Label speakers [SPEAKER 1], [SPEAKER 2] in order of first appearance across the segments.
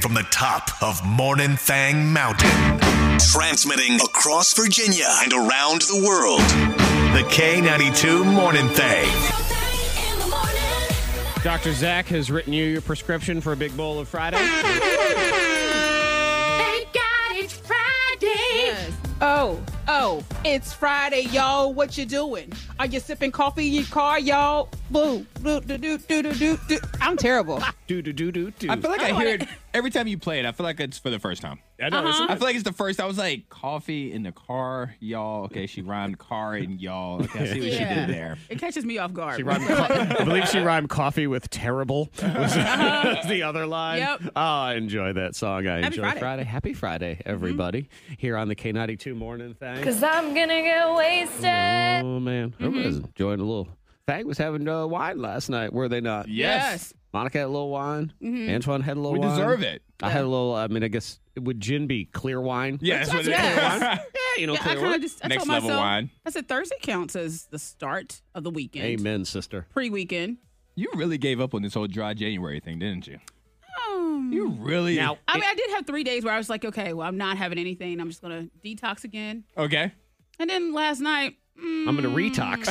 [SPEAKER 1] from the top of Morning Thang Mountain, transmitting across Virginia and around the world. The K92 Morning Thang.
[SPEAKER 2] Dr. Zach has written you your prescription for a big bowl of Friday.
[SPEAKER 3] Thank God it's Friday.
[SPEAKER 4] Oh, oh, it's Friday, y'all. What you doing? Are you sipping coffee in your car, y'all? Boo, boo, do, do, do, do, do, do. I'm terrible.
[SPEAKER 2] Do, do, do, do, do.
[SPEAKER 5] I feel like I, hear it every time you play it. I feel like it's for the first time.
[SPEAKER 2] I know, isn't
[SPEAKER 4] uh-huh.
[SPEAKER 5] I
[SPEAKER 2] it?
[SPEAKER 5] feel like it's the first. I was like, coffee in the car, y'all. Okay, she rhymed car and y'all. Okay, I see what she
[SPEAKER 4] Yeah.
[SPEAKER 5] did there.
[SPEAKER 4] It catches me off guard.
[SPEAKER 2] She rhymed co- I believe she rhymed coffee with terrible. Was, was the other line.
[SPEAKER 4] Uh-huh. Yep.
[SPEAKER 2] Oh, I enjoy that song. I enjoy
[SPEAKER 4] Friday. Mm-hmm.
[SPEAKER 2] Happy Friday, everybody. Here on the K92 Morning Thang.
[SPEAKER 6] Cause I'm gonna get wasted.
[SPEAKER 2] Oh, man.
[SPEAKER 4] Mm-hmm.
[SPEAKER 2] Everybody's enjoying a little. Thang was having uh, wine last night, were they not?
[SPEAKER 5] Yes.
[SPEAKER 2] Monica had a little wine.
[SPEAKER 4] Mm-hmm.
[SPEAKER 2] Antoine had a little
[SPEAKER 5] We
[SPEAKER 2] wine.
[SPEAKER 5] deserve it.
[SPEAKER 2] I had a little, I mean, I guess, would gin be clear wine?
[SPEAKER 5] Yeah, that's what it
[SPEAKER 4] Yes.
[SPEAKER 5] is.
[SPEAKER 2] Yeah, you know,
[SPEAKER 4] Yeah, I
[SPEAKER 2] clear
[SPEAKER 4] kind
[SPEAKER 2] wine.
[SPEAKER 4] of just I
[SPEAKER 5] Next
[SPEAKER 4] told
[SPEAKER 5] level
[SPEAKER 4] myself,
[SPEAKER 5] wine.
[SPEAKER 4] I said Thursday counts as the start of the weekend,
[SPEAKER 2] Amen, sister.
[SPEAKER 4] pre-weekend.
[SPEAKER 5] You really gave up on this whole dry January thing, didn't you?
[SPEAKER 4] Um,
[SPEAKER 5] You really.
[SPEAKER 2] Now,
[SPEAKER 4] I mean, I did have three days where I was like, okay, well, I'm not having anything. I'm just gonna detox again.
[SPEAKER 5] Okay.
[SPEAKER 4] And then last night, mm,
[SPEAKER 2] I'm going to retox.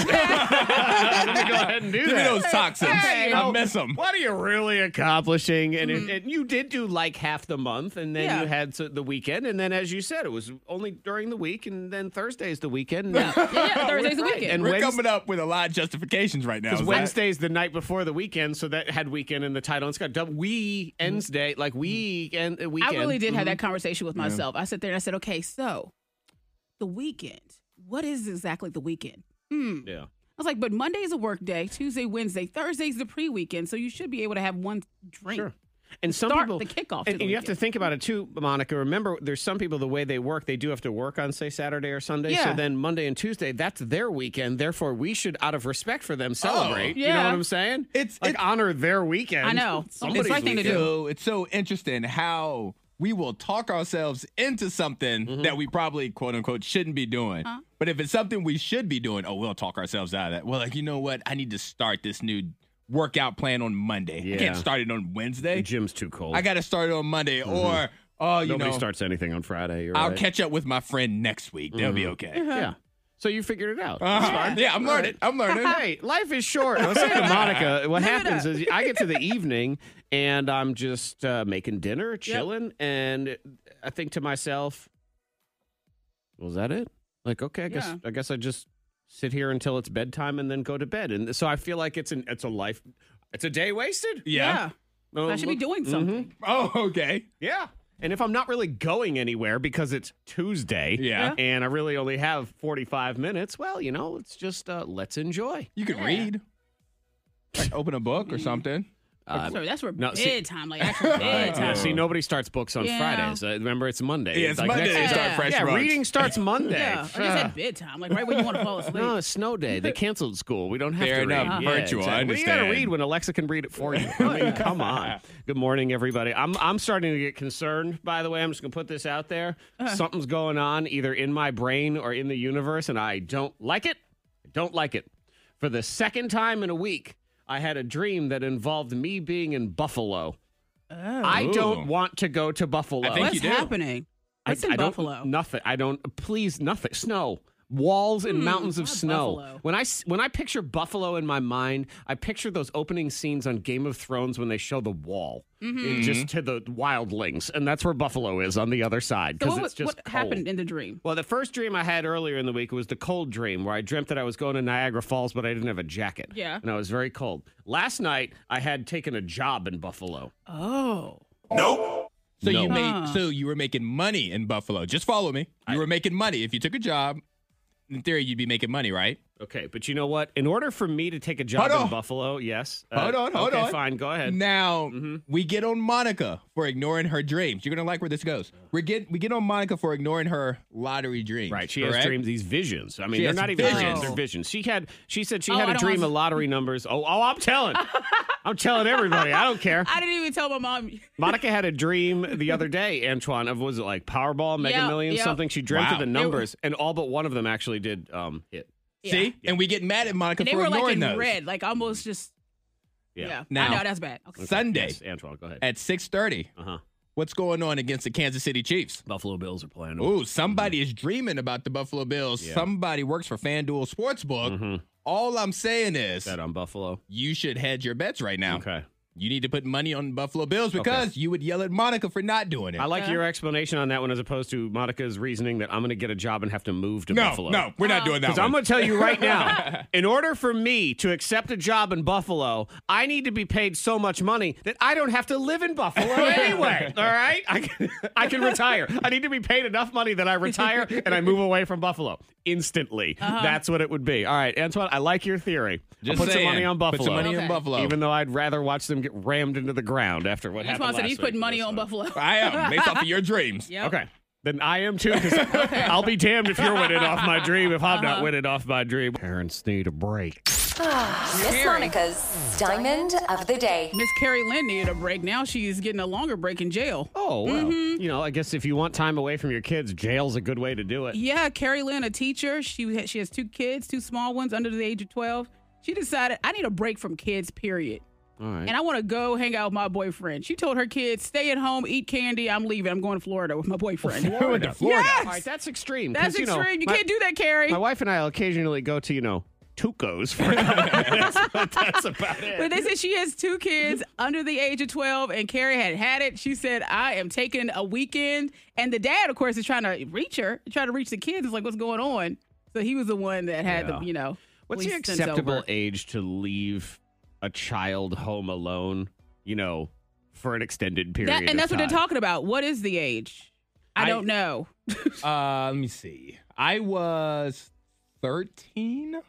[SPEAKER 2] I'm going to go ahead and do
[SPEAKER 5] Give me
[SPEAKER 2] that.
[SPEAKER 5] those toxins.
[SPEAKER 4] Hey,
[SPEAKER 5] I miss them.
[SPEAKER 2] What are you really accomplishing? And, it, and you did do like half the month, and then
[SPEAKER 4] Yeah.
[SPEAKER 2] you had so- the weekend, and then as you said, it was only during the week, and then Thursday's the weekend. and-
[SPEAKER 4] yeah, Thursday's the
[SPEAKER 2] Right,
[SPEAKER 4] weekend.
[SPEAKER 2] and
[SPEAKER 5] We're
[SPEAKER 2] Wednes-
[SPEAKER 5] coming up with a lot of justifications right now.
[SPEAKER 2] Because
[SPEAKER 5] Is that-
[SPEAKER 2] Wednesday's the night before the weekend, so that had weekend in the title. It's got double we ends day, like weekend. uh,
[SPEAKER 4] I
[SPEAKER 2] weekend.
[SPEAKER 4] really did have that conversation with myself. I sat there and I said, okay, so the weekend, what is exactly the weekend? Hmm.
[SPEAKER 2] Mm-hmm. Yeah.
[SPEAKER 4] I was like, but Monday is a work day, Tuesday, Wednesday, Thursday's the pre weekend, so you should be able to have one drink.
[SPEAKER 2] Sure. And some
[SPEAKER 4] Start
[SPEAKER 2] people
[SPEAKER 4] the kickoff to
[SPEAKER 2] And,
[SPEAKER 4] the
[SPEAKER 2] and you have to
[SPEAKER 4] weekend.
[SPEAKER 2] think about it too, Monica. Remember, there's some people the way they work, they do have to work on say Saturday or Sunday. So
[SPEAKER 4] Yeah.
[SPEAKER 2] then Monday and Tuesday, that's their weekend. Therefore, we should, out of respect for them, celebrate. You know
[SPEAKER 4] Oh, Yeah.
[SPEAKER 2] what I'm saying?
[SPEAKER 5] It's-
[SPEAKER 2] like
[SPEAKER 5] it-
[SPEAKER 2] honor their weekend.
[SPEAKER 4] I know. It's the
[SPEAKER 2] Somebody's
[SPEAKER 4] right thing to
[SPEAKER 2] weekend.
[SPEAKER 4] do.
[SPEAKER 5] So it's so interesting how we will talk ourselves into something
[SPEAKER 4] Mm-hmm.
[SPEAKER 5] that we probably quote unquote shouldn't be doing. But if it's something we should be doing, oh, we'll talk ourselves out of that. Well, like you know what? I need to start this new workout plan on Monday. I
[SPEAKER 2] Yeah.
[SPEAKER 5] can't start it on Wednesday.
[SPEAKER 2] The gym's too cold.
[SPEAKER 5] I got to start it on Monday,
[SPEAKER 4] Mm-hmm.
[SPEAKER 5] or oh, you
[SPEAKER 2] Nobody
[SPEAKER 5] know,
[SPEAKER 2] starts anything on Friday. You're
[SPEAKER 5] I'll
[SPEAKER 2] right.
[SPEAKER 5] catch up with my friend next week. They'll
[SPEAKER 4] Mm-hmm.
[SPEAKER 5] be
[SPEAKER 4] uh-huh.
[SPEAKER 5] okay.
[SPEAKER 2] Yeah. So you figured it out.
[SPEAKER 5] Uh-huh. Yeah, I'm learning. I'm learning.
[SPEAKER 2] Hey, life is short. Let's say to Monica, what happens is I get to the evening and I'm just uh, making dinner, chilling, and I think to myself, "Was that it? Like, okay, I guess
[SPEAKER 4] Yeah.
[SPEAKER 2] I guess I just sit here until it's bedtime and then go to bed." And so I feel like it's an it's a life, it's a day wasted.
[SPEAKER 5] Yeah.
[SPEAKER 2] Oh,
[SPEAKER 4] I should be
[SPEAKER 2] look-
[SPEAKER 4] doing something.
[SPEAKER 5] Oh, okay.
[SPEAKER 2] yeah. And if I'm not really going anywhere because it's Tuesday,
[SPEAKER 5] Yeah.
[SPEAKER 2] and I really only have 45 minutes, well, you know, it's just uh, let's enjoy.
[SPEAKER 5] You can read. Like open a book or something.
[SPEAKER 2] Uh,
[SPEAKER 4] so that's where
[SPEAKER 2] no, see-
[SPEAKER 4] bedtime, like actual
[SPEAKER 2] Yeah,
[SPEAKER 4] bedtime.
[SPEAKER 2] see, nobody starts books on
[SPEAKER 4] Yeah.
[SPEAKER 2] Fridays. Uh, remember, it's Monday.
[SPEAKER 5] Yeah, it's
[SPEAKER 2] Like,
[SPEAKER 5] Monday.
[SPEAKER 2] next-
[SPEAKER 5] They start
[SPEAKER 4] Yeah.
[SPEAKER 5] fresh
[SPEAKER 2] Yeah,
[SPEAKER 5] runs.
[SPEAKER 2] reading starts Monday.
[SPEAKER 4] Yeah, I just said bedtime, like right when you want to fall asleep.
[SPEAKER 2] no, it's snow day. They canceled school. We don't have
[SPEAKER 5] Fair
[SPEAKER 2] to
[SPEAKER 5] enough.
[SPEAKER 2] read.
[SPEAKER 5] Virtual, I
[SPEAKER 2] We gotta
[SPEAKER 5] understand.
[SPEAKER 2] read when Alexa can read it for you. I mean, come on. Good morning, everybody. I'm I'm starting to get concerned. By the way, I'm just gonna put this out there. Something's going on either in my brain or in the universe, and I don't like it. I don't like it. For the second time in a week, I had a dream that involved me being in Buffalo. I
[SPEAKER 5] Ooh.
[SPEAKER 2] don't want to go to Buffalo.
[SPEAKER 5] I think
[SPEAKER 4] What's
[SPEAKER 5] you do.
[SPEAKER 4] happening? What's
[SPEAKER 2] I,
[SPEAKER 4] in
[SPEAKER 2] I don't-
[SPEAKER 4] Buffalo?
[SPEAKER 2] Nothing. I don't. Please, nothing. Snow. Walls
[SPEAKER 4] Hmm,
[SPEAKER 2] and mountains of
[SPEAKER 4] why
[SPEAKER 2] snow.
[SPEAKER 4] Buffalo?
[SPEAKER 2] When I s- when I picture Buffalo in my mind, I picture those opening scenes on Game of Thrones when they show the wall,
[SPEAKER 4] Mm-hmm.
[SPEAKER 2] It- just to the wildlings, and that's where Buffalo is on the other side
[SPEAKER 4] So
[SPEAKER 2] because
[SPEAKER 4] what,
[SPEAKER 2] it's
[SPEAKER 4] was-
[SPEAKER 2] just
[SPEAKER 4] what
[SPEAKER 2] cold.
[SPEAKER 4] happened in the dream?
[SPEAKER 2] Well, the first dream I had earlier in the week was the cold dream where I dreamt that I was going to Niagara Falls, but I didn't have a jacket.
[SPEAKER 4] Yeah.
[SPEAKER 2] And I was very cold. Last night, I had taken a job in Buffalo.
[SPEAKER 4] Oh,
[SPEAKER 1] Nope.
[SPEAKER 5] So
[SPEAKER 2] No.
[SPEAKER 5] you made
[SPEAKER 4] Huh.
[SPEAKER 5] so you were making money in Buffalo. Just follow me. You were making money. If you took a job, in theory you'd be making money, right?
[SPEAKER 2] Okay, but you know what? In order for me to take a job
[SPEAKER 5] Hold
[SPEAKER 2] in
[SPEAKER 5] on.
[SPEAKER 2] Buffalo, yes. uh,
[SPEAKER 5] Hold on, hold
[SPEAKER 2] okay,
[SPEAKER 5] on.
[SPEAKER 2] fine. Go ahead.
[SPEAKER 5] Now
[SPEAKER 2] Mm-hmm.
[SPEAKER 5] we get on Monica for ignoring her dreams. You're gonna like where this goes. We get we get on Monica for ignoring her lottery dreams.
[SPEAKER 2] Right, she has
[SPEAKER 5] correct?
[SPEAKER 2] dreams, these visions. I mean,
[SPEAKER 5] She
[SPEAKER 2] they're
[SPEAKER 5] has
[SPEAKER 2] not even dreams,
[SPEAKER 5] visions.
[SPEAKER 2] they're visions. She had, she said she
[SPEAKER 4] Oh,
[SPEAKER 2] had
[SPEAKER 4] I
[SPEAKER 2] a
[SPEAKER 4] don't
[SPEAKER 2] dream
[SPEAKER 4] wanna-
[SPEAKER 2] of lottery numbers. Oh, oh, I'm telling, I'm telling everybody. I don't care.
[SPEAKER 4] I didn't even tell my mom.
[SPEAKER 2] Monica had a dream the other day, Antoine, of was it like Powerball, Mega
[SPEAKER 4] Yeah,
[SPEAKER 2] Million,
[SPEAKER 4] yeah.
[SPEAKER 2] something. She dreamt
[SPEAKER 5] Wow.
[SPEAKER 2] of the numbers, and all but one of them actually did um, hit.
[SPEAKER 5] See? And we get mad at Monica
[SPEAKER 4] And they
[SPEAKER 5] for
[SPEAKER 4] were
[SPEAKER 5] ignoring
[SPEAKER 4] like in
[SPEAKER 5] those.
[SPEAKER 4] red, like almost just yeah.
[SPEAKER 2] Yeah.
[SPEAKER 5] Now-
[SPEAKER 4] I know that's bad. Okay.
[SPEAKER 5] Sunday
[SPEAKER 2] Yes, Antoine, go ahead.
[SPEAKER 5] at six thirty.
[SPEAKER 2] Uh huh.
[SPEAKER 5] what's going on against the Kansas City Chiefs?
[SPEAKER 2] Buffalo Bills are playing.
[SPEAKER 5] Ooh, somebody is dreaming about the Buffalo Bills. Somebody works for FanDuel Sportsbook.
[SPEAKER 2] Mm-hmm.
[SPEAKER 5] All I'm saying is
[SPEAKER 2] Bet on Buffalo.
[SPEAKER 5] you should hedge your bets right now.
[SPEAKER 2] Okay.
[SPEAKER 5] You need to put money on Buffalo Bills because you would yell at Monica for not doing it.
[SPEAKER 2] I like your explanation on that one as opposed to Monica's reasoning that I'm going to get a job and have to move to
[SPEAKER 5] no,
[SPEAKER 2] Buffalo.
[SPEAKER 5] no, we're not doing that.
[SPEAKER 2] Because I'm
[SPEAKER 5] one.
[SPEAKER 2] going to tell you right now, in order for me to accept a job in Buffalo, I need to be paid so much money that I don't have to live in Buffalo anyway. All right? I can, I can retire. I need to be paid enough money that I retire and I move away from Buffalo instantly.
[SPEAKER 4] Uh-huh.
[SPEAKER 2] That's what it would be. All right, Antoine, I like your theory. I'll
[SPEAKER 5] Just
[SPEAKER 2] put
[SPEAKER 5] saying.
[SPEAKER 2] some money on Buffalo.
[SPEAKER 5] Put some money on
[SPEAKER 4] Okay.
[SPEAKER 5] Buffalo.
[SPEAKER 2] Even though I'd rather watch them get rammed into the ground after what
[SPEAKER 4] That's why I
[SPEAKER 2] happened
[SPEAKER 4] said
[SPEAKER 2] last
[SPEAKER 4] he's
[SPEAKER 2] week
[SPEAKER 4] putting
[SPEAKER 2] than
[SPEAKER 4] money
[SPEAKER 2] this
[SPEAKER 4] on
[SPEAKER 2] one.
[SPEAKER 4] Buffalo.
[SPEAKER 5] I am based off of your dreams.
[SPEAKER 4] Yep.
[SPEAKER 2] Okay. Then I am too, because I'll be damned if you're winning off my dream if I'm
[SPEAKER 4] Uh-huh.
[SPEAKER 2] not winning off my dream. Parents need a break.
[SPEAKER 6] Miss Monica's Diamond of the Day.
[SPEAKER 4] Miss Carrie Lynn needed a break. Now she's getting a longer break in jail.
[SPEAKER 2] Oh, well,
[SPEAKER 4] Mm-hmm.
[SPEAKER 2] you know, I guess if you want time away from your kids, jail's a good way to do it.
[SPEAKER 4] Yeah, Carrie Lynn, a teacher. She ha- she has two kids, two small ones under the age of twelve. She decided I need a break from kids. Period.
[SPEAKER 2] All right.
[SPEAKER 4] And I want to go hang out with my boyfriend. She told her kids, "Stay at home, eat candy. I'm leaving. I'm going to Florida with my boyfriend."
[SPEAKER 5] We went to Florida.
[SPEAKER 4] Yes!
[SPEAKER 2] All right, that's extreme.
[SPEAKER 4] That's
[SPEAKER 2] 'cause, you know,
[SPEAKER 4] extreme. you
[SPEAKER 2] my-
[SPEAKER 4] can't do that, Carrie.
[SPEAKER 2] My wife and I will occasionally go to, you know, Tuco's for but that's about it.
[SPEAKER 4] But they said she has two kids under the age of 12, and Carrie had had it. She said, I am taking a weekend. And the dad, of course, is trying to reach her, trying to reach the kids. It's like, what's going on? So he was the one that had
[SPEAKER 2] Yeah.
[SPEAKER 4] the, you know.
[SPEAKER 2] What's the
[SPEAKER 4] police sent
[SPEAKER 2] acceptable
[SPEAKER 4] over.
[SPEAKER 2] age to leave a child home alone, you know, for an extended period?
[SPEAKER 4] That,
[SPEAKER 2] of
[SPEAKER 4] and that's what they're
[SPEAKER 2] time?
[SPEAKER 4] talking about. What is the age? I,
[SPEAKER 5] I-
[SPEAKER 4] don't know.
[SPEAKER 5] Uh, let me see. I was 13